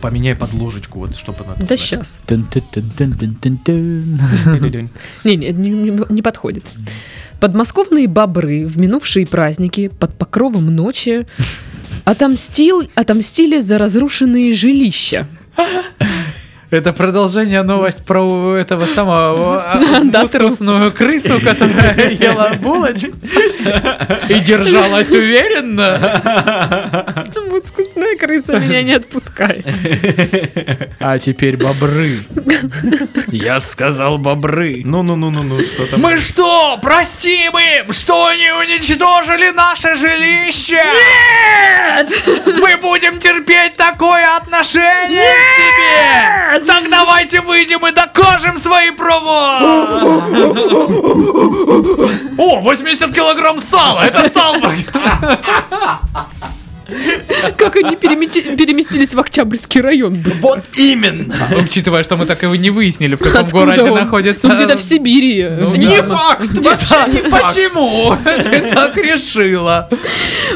Speaker 3: Поменяй подложечку, вот, чтобы она...
Speaker 1: Да сейчас.
Speaker 2: Тын-тын-тын-тын-тын-тын.
Speaker 1: Не, не, не, не- не подходит. Подмосковные бобры в минувшие праздники под покровом ночи отомстил, отомстили за разрушенные жилища.
Speaker 2: Это продолжение новость про этого самого а,
Speaker 1: Да,
Speaker 2: мускусную крысу, которая ела булочку и держалась уверенно.
Speaker 1: Мускусная крыса меня не отпускает.
Speaker 2: А теперь бобры. Я сказал бобры.
Speaker 3: Ну, Ну-ну-ну-ну-ну, что там?
Speaker 2: Мы что, простим им, что они уничтожили наше жилище?
Speaker 1: Нет!
Speaker 2: Мы будем терпеть такое отношение к себе! Так давайте выйдем и докажем свои права! О, 80 килограмм сала! Это сало!
Speaker 1: Как они перемете- переместились в Октябрьский район быстро.
Speaker 2: Вот именно! Учитывая, что мы так его не выяснили, в каком
Speaker 1: Откуда
Speaker 2: городе
Speaker 1: он?
Speaker 2: находится...
Speaker 1: Ну, где-то в Сибири.
Speaker 2: Не факт! вообще не факт. Почему ты так решила?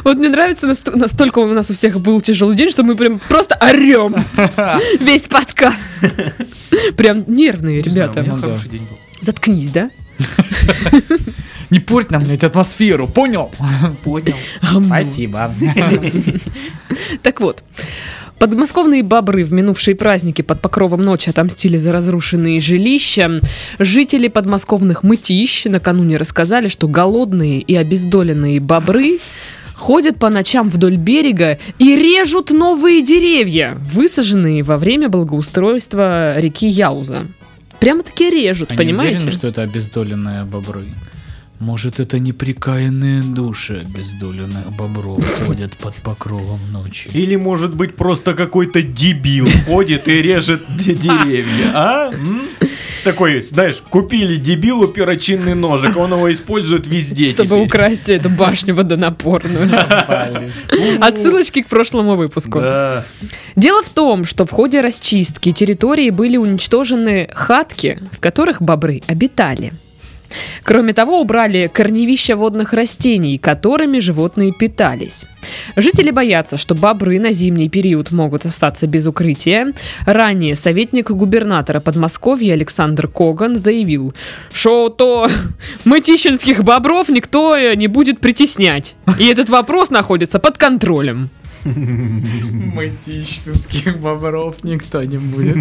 Speaker 1: Вот мне нравится, наст- настолько у нас у всех был тяжелый день, что мы прям просто орем весь подкаст. Прям нервные
Speaker 3: у
Speaker 1: ребята.
Speaker 3: меня
Speaker 2: ну да.
Speaker 3: хороший день был.
Speaker 1: Заткнись, да?
Speaker 2: Не порть нам, блядь, атмосферу, понял? Понял.
Speaker 1: Ам.
Speaker 2: Спасибо.
Speaker 1: Так вот. Подмосковные бобры в минувшие праздники под покровом ночи отомстили за разрушенные жилища. Жители подмосковных мытищ накануне рассказали, что голодные и обездоленные бобры ходят по ночам вдоль берега и режут новые деревья, высаженные во время благоустройства реки Яуза. Прямо-таки режут,
Speaker 2: Они
Speaker 1: понимаете?
Speaker 2: уверены, что это обездоленные бобры? Может, это неприкаянные души обездоленных бобров ходят под покровом ночи?
Speaker 3: Или, может быть, просто какой-то дебил ходит и режет де- деревья, а? М? Такой, знаешь, купили дебилу перочинный ножик, он его использует везде
Speaker 1: Чтобы
Speaker 3: теперь.
Speaker 1: украсть эту башню водонапорную. Отсылочки к прошлому выпуску.
Speaker 3: Да.
Speaker 1: Дело в том, что в ходе расчистки территории были уничтожены хатки, в которых бобры обитали. Кроме того, убрали корневища водных растений, которыми животные питались. Жители боятся, что бобры на зимний период могут остаться без укрытия. Ранее советник губернатора Подмосковья Александр Коган заявил, что то мытищинских бобров никто э, не будет притеснять. И этот вопрос находится под контролем.
Speaker 2: Мытищинских бобров никто не будет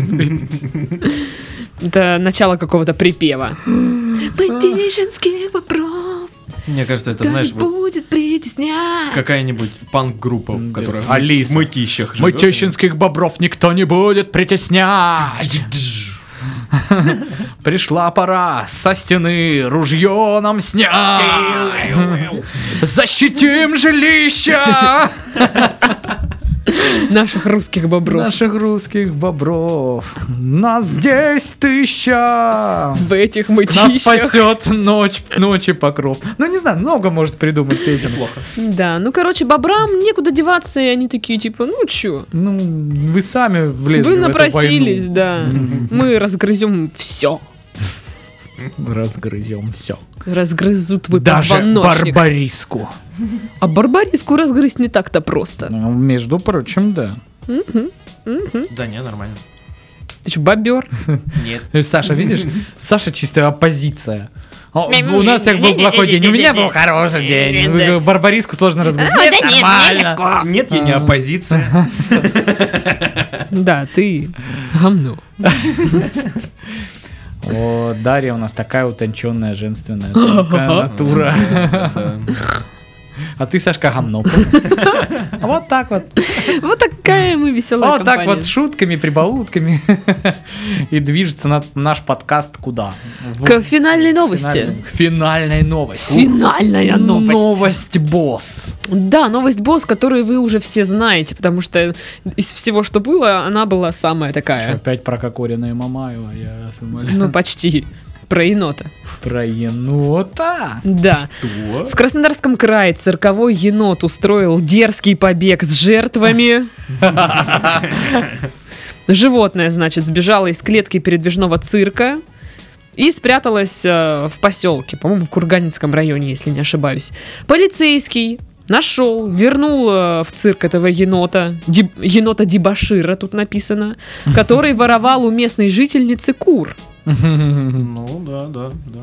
Speaker 1: Это начало какого-то припева. Мытишинских бобров
Speaker 3: Мне кажется, это,
Speaker 1: да
Speaker 3: знаешь,
Speaker 1: не
Speaker 3: вот
Speaker 1: будет притеснять.
Speaker 3: какая-нибудь панк-группа,
Speaker 2: М,
Speaker 3: которая
Speaker 2: да. Алиса.
Speaker 3: в мытищах живет.
Speaker 2: Мытищинских бобров никто не будет притеснять! Пришла пора со стены ружье нам снять! Защитим жилища!
Speaker 1: Наших русских бобров.
Speaker 2: Наших русских бобров. Нас здесь тысяча.
Speaker 1: В этих
Speaker 2: Нас
Speaker 1: мытищах.
Speaker 2: спасет ночь, ночи покров. Ну, не знаю, много может придумать песен. Плохо.
Speaker 1: Да, ну короче, бобрам некуда деваться, и они такие типа, ну чё,
Speaker 2: Ну, вы сами влезли
Speaker 1: вы
Speaker 2: в эту
Speaker 1: напросились,
Speaker 2: войну.
Speaker 1: да. Мы разгрызем все.
Speaker 2: Разгрызем все.
Speaker 1: Разгрызут твой
Speaker 2: Даже
Speaker 1: позвоночник.
Speaker 2: барбариску.
Speaker 1: А барбариску разгрызть не так-то просто.
Speaker 2: Ну, между прочим, да.
Speaker 3: Да не, нормально.
Speaker 1: Ты чё, бобер?
Speaker 3: Нет.
Speaker 2: Э, Саша, видишь? Саша чистая оппозиция. О, у нас всех был плохой день, у меня был хороший день. Вы- Барбариску сложно разгрызть. Нет, нормально.
Speaker 1: А.
Speaker 3: Нет, я не оппозиция.
Speaker 1: Да, ты говно.
Speaker 2: О, Дарья у нас такая утонченная, женственная тонкая натура.
Speaker 3: Да.
Speaker 2: А ты, Сашка, гамно. Вот так вот.
Speaker 1: Вот такая мы веселая
Speaker 2: Вот так
Speaker 1: компания.
Speaker 2: вот с шутками, прибаутками. И движется на- наш подкаст куда? В
Speaker 1: К финальной новости.
Speaker 2: финальной- к финальной новости.
Speaker 1: Финальная а новость.
Speaker 2: Новость босс.
Speaker 1: Да, новость босс, которую вы уже все знаете, потому что из всего, что было, она была самая
Speaker 2: Чё,
Speaker 1: такая.
Speaker 2: Опять про Кокорина и Мамаева. Я вас умоляю.
Speaker 1: Ну, почти. Про енота.
Speaker 2: Про енота.
Speaker 1: Да.
Speaker 3: Что?
Speaker 1: В Краснодарском крае цирковой енот устроил дерзкий побег с жертвами. Животное, значит, сбежало из клетки передвижного цирка и спряталось э, в поселке, по-моему, в Курганинском районе, если не ошибаюсь. Полицейский нашел, вернул э, в цирк этого енота, деб- енота Дебашира тут написано, который воровал у местной жительницы кур.
Speaker 3: Ну, да, да, да.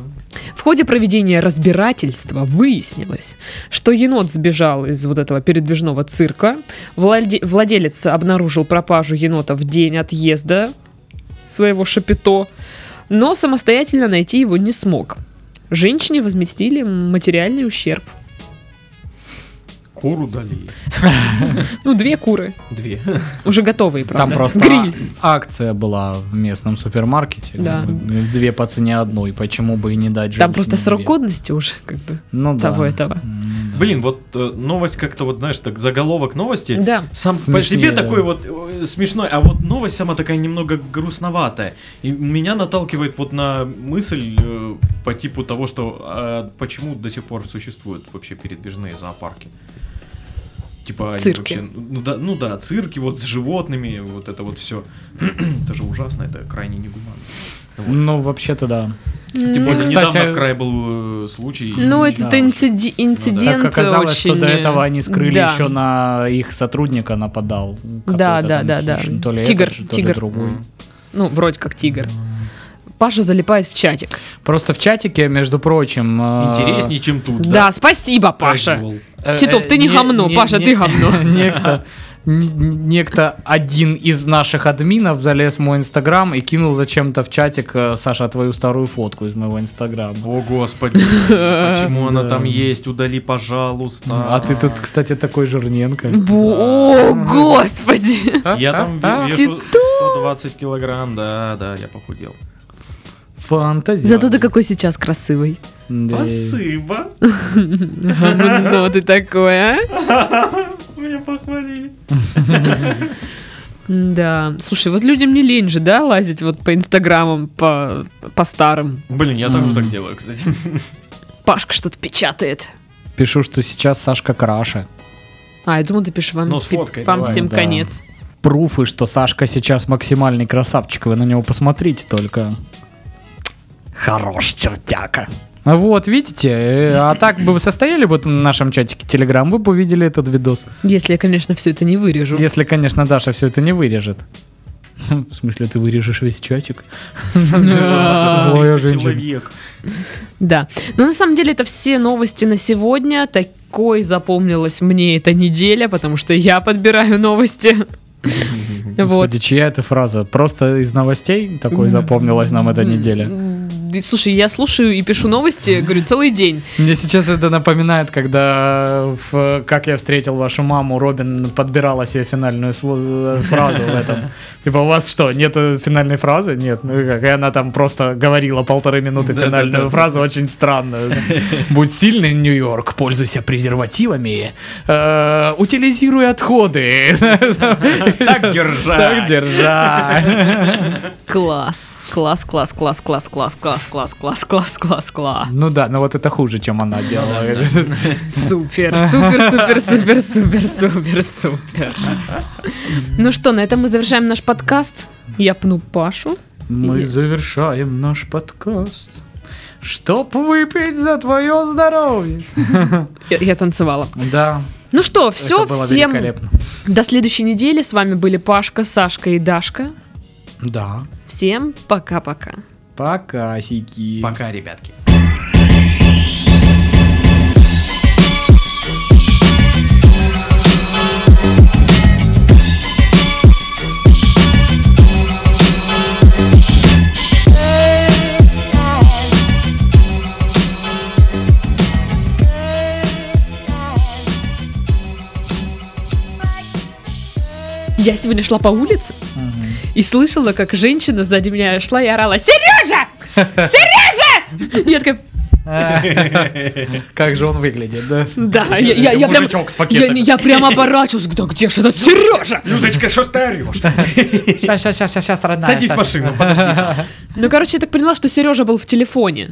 Speaker 1: В ходе проведения разбирательства выяснилось, что енот сбежал из вот этого передвижного цирка. Владе- владелец обнаружил пропажу енота в день отъезда своего шапито, но самостоятельно найти его не смог. Женщине возместили материальный ущерб.
Speaker 3: Куру дали.
Speaker 1: Ну, две куры.
Speaker 3: Две.
Speaker 1: Уже готовые, правда.
Speaker 2: Там просто
Speaker 1: Гриль.
Speaker 2: а- акция была в местном супермаркете.
Speaker 1: Да.
Speaker 2: Две по цене одной. Почему бы и не дать
Speaker 1: Там просто
Speaker 2: женщине
Speaker 1: срок
Speaker 2: две?
Speaker 1: годности уже как бы
Speaker 2: ну, да.
Speaker 1: того этого.
Speaker 2: М,
Speaker 3: Блин, вот э, новость как-то вот, знаешь, так заголовок новости.
Speaker 1: Да.
Speaker 3: Сам по
Speaker 2: Смешнее,
Speaker 3: себе
Speaker 2: да.
Speaker 3: такой вот э, смешной, а вот новость сама такая немного грустноватая. И меня наталкивает вот на мысль э, по типу того, что а почему до сих пор существуют вообще передвижные зоопарки. Типа они
Speaker 1: Цирки.
Speaker 3: вообще- ну да, ну да, цирки вот с животными, вот это вот все. это же ужасно, это крайне негуманно.
Speaker 2: Ну, вообще-то да.
Speaker 3: Тем более,
Speaker 2: Ну, кстати,
Speaker 3: недавно в крае был э, случай.
Speaker 1: Ну,
Speaker 3: и-
Speaker 1: это
Speaker 2: Да. Ну
Speaker 1: инцидент, инцидент
Speaker 2: так оказалось, что
Speaker 1: очень,
Speaker 2: до
Speaker 1: э,
Speaker 2: этого они скрыли
Speaker 1: да.
Speaker 2: еще на их сотрудника нападал. какой-то
Speaker 1: Да, да,
Speaker 2: там,
Speaker 1: да, да.
Speaker 2: слушай, То ли
Speaker 1: Тигр,
Speaker 2: этот же, то
Speaker 1: тигр.
Speaker 2: ли другой.
Speaker 3: Мгм.
Speaker 1: Ну, вроде как тигр. Паша залипает в чатик.
Speaker 2: Просто в чатике, между прочим... э,
Speaker 3: Интереснее, чем тут.
Speaker 1: Да, спасибо, Паша.
Speaker 3: Casual.
Speaker 2: э,
Speaker 1: Титов, ты не говно, Паша, ты говно.
Speaker 2: Некто, н- некто один из наших админов залез в мой инстаграм и кинул зачем-то в чатик, э, Саша, твою старую фотку из моего инстаграма.
Speaker 3: О, господи, почему она
Speaker 2: Да.
Speaker 3: там есть? Удали, пожалуйста.
Speaker 2: А ты тут, кстати, такой жирненко.
Speaker 1: Бу- О, господи.
Speaker 3: Я там
Speaker 2: А?
Speaker 3: ве- вешу 120 килограмм, да, да, я похудел.
Speaker 2: Фантазия.
Speaker 1: Зато ты какой сейчас красивый.
Speaker 2: Да.
Speaker 3: Спасибо,
Speaker 1: Ну, ты такой, а?
Speaker 3: меня похвалили.
Speaker 1: Да. Слушай, вот людям не лень же, да, лазить вот по инстаграмам, по, по старым.
Speaker 3: Блин, я так же так делаю, кстати.
Speaker 1: Пашка что-то печатает.
Speaker 2: Пишу, что сейчас Сашка краше.
Speaker 1: А, я думал, ты пишешь вам,
Speaker 3: Ну,
Speaker 1: пи-
Speaker 3: сфоткай,
Speaker 1: вам
Speaker 3: давай,
Speaker 1: всем
Speaker 2: да.
Speaker 1: конец.
Speaker 2: Пруфы, что Сашка сейчас максимальный красавчик, вы на него посмотрите только. Хорош чертяка. А Вот, видите, э, а так бы вы состояли бы в нашем чатике Телеграм, вы бы увидели этот видос.
Speaker 1: Если я, конечно, все это не вырежу.
Speaker 2: Если, конечно, Даша все это не вырежет. В смысле, ты вырежешь весь чатик? Злая
Speaker 3: 300
Speaker 2: женщина.
Speaker 3: человек.
Speaker 1: Да. Но на самом деле это все новости на сегодня. Такой запомнилась мне эта неделя, потому что я подбираю новости. Вот.
Speaker 2: Господи, чья это фраза? Просто из новостей такой запомнилась нам эта неделя.
Speaker 1: Да, Слушай, я слушаю и пишу новости, говорю, целый день.
Speaker 2: Мне сейчас это напоминает, когда в э, «Как я встретил вашу маму» Робин подбирала себе финальную сло- фразу в этом. Типа, у вас что, нет финальной фразы? Нет. Ну и как? И она там просто говорила полторы минуты
Speaker 3: Да-да-да.
Speaker 2: финальную фразу, очень странную. Будь сильный, Нью-Йорк, пользуйся презервативами, э, утилизируй отходы.
Speaker 3: Так держать.
Speaker 2: Так держать.
Speaker 1: Класс, класс, класс, класс, класс, класс, класс, класс, класс, класс, класс, класс.
Speaker 2: Ну да, но вот это хуже, чем она делала.
Speaker 1: Супер, супер, супер, супер, супер, супер, супер. Ну что, на этом мы завершаем наш подкаст. Я пну Пашу.
Speaker 2: Мы
Speaker 1: Е-
Speaker 2: завершаем наш подкаст. Чтоб выпить за твое здоровье.
Speaker 1: Я, я танцевала.
Speaker 2: Да.
Speaker 1: Ну что, все,
Speaker 2: это было
Speaker 1: всем
Speaker 2: великолепно.
Speaker 1: до следующей недели. С вами были Пашка, Сашка и Дашка.
Speaker 2: Да.
Speaker 1: Всем пока-пока.
Speaker 2: Пока, сики.
Speaker 3: Пока, ребятки.
Speaker 1: Я сегодня шла по улице и слышала, как женщина сзади меня шла и орала «Сережа! Сережа!» Я такая
Speaker 2: Как же он выглядит, да?
Speaker 1: «Да». Я, я, я прям,
Speaker 2: Мужичок с
Speaker 1: я,
Speaker 2: пакетом.
Speaker 1: я прям оборачивалась. Да где же этот Сережа?
Speaker 3: Людочка, что ж ты орешь?
Speaker 2: Сейчас, сейчас, сейчас, Ну, сейчас, родная.
Speaker 3: Садись в
Speaker 2: щас.
Speaker 3: машину, подожди.
Speaker 1: Ну, короче, я так поняла, что Сережа был в телефоне.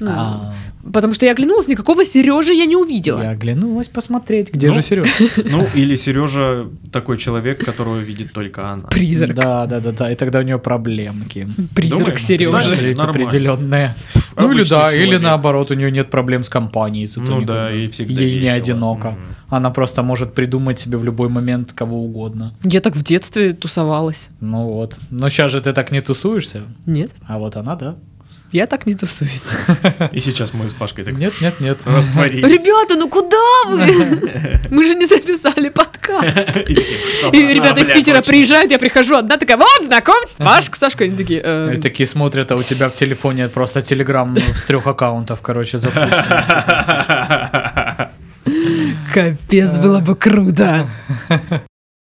Speaker 1: Ну,
Speaker 2: А,
Speaker 1: Потому что я оглянулась, никакого Сережи я не увидела.
Speaker 2: Я оглянулась посмотреть, где
Speaker 3: Ну.
Speaker 2: же Серега.
Speaker 3: Ну, или Сережа такой человек, которого видит только она.
Speaker 1: Призрак.
Speaker 2: Да, да, да, да. И тогда у нее проблемки.
Speaker 1: Призрак
Speaker 3: Думаешь?
Speaker 1: Сережи.
Speaker 3: Даже
Speaker 2: Какие-то
Speaker 3: нормально.
Speaker 2: определенные.
Speaker 3: Обычный
Speaker 2: Ну или да, или
Speaker 3: человек.
Speaker 2: наоборот, у нее нет проблем с компанией. зато
Speaker 3: Ну да,
Speaker 2: никогда.
Speaker 3: и всегда
Speaker 2: Ей не
Speaker 3: весело.
Speaker 2: одиноко.
Speaker 3: Мгм.
Speaker 2: Она просто может придумать себе в любой момент кого угодно.
Speaker 1: Я так в детстве тусовалась.
Speaker 2: Ну вот. Но сейчас же ты так не тусуешься,
Speaker 1: Нет,
Speaker 2: а вот она, да?
Speaker 1: я так не тусуюсь.
Speaker 3: И сейчас мы с Пашкой так
Speaker 2: Нет, нет, нет.
Speaker 3: растворились.
Speaker 1: Ребята, ну куда вы? Мы же не записали подкаст.
Speaker 3: И такие, «Что
Speaker 1: И
Speaker 3: она,
Speaker 1: ребята из
Speaker 3: бля,
Speaker 1: Питера
Speaker 3: точно».
Speaker 1: приезжают, я прихожу одна, такая, вот, знакомьтесь, Пашка, Сашка. Они такие, «Э,
Speaker 2: И такие смотрят, а у тебя в телефоне просто телеграм с трех аккаунтов, короче, запущен.
Speaker 1: капец, было бы круто.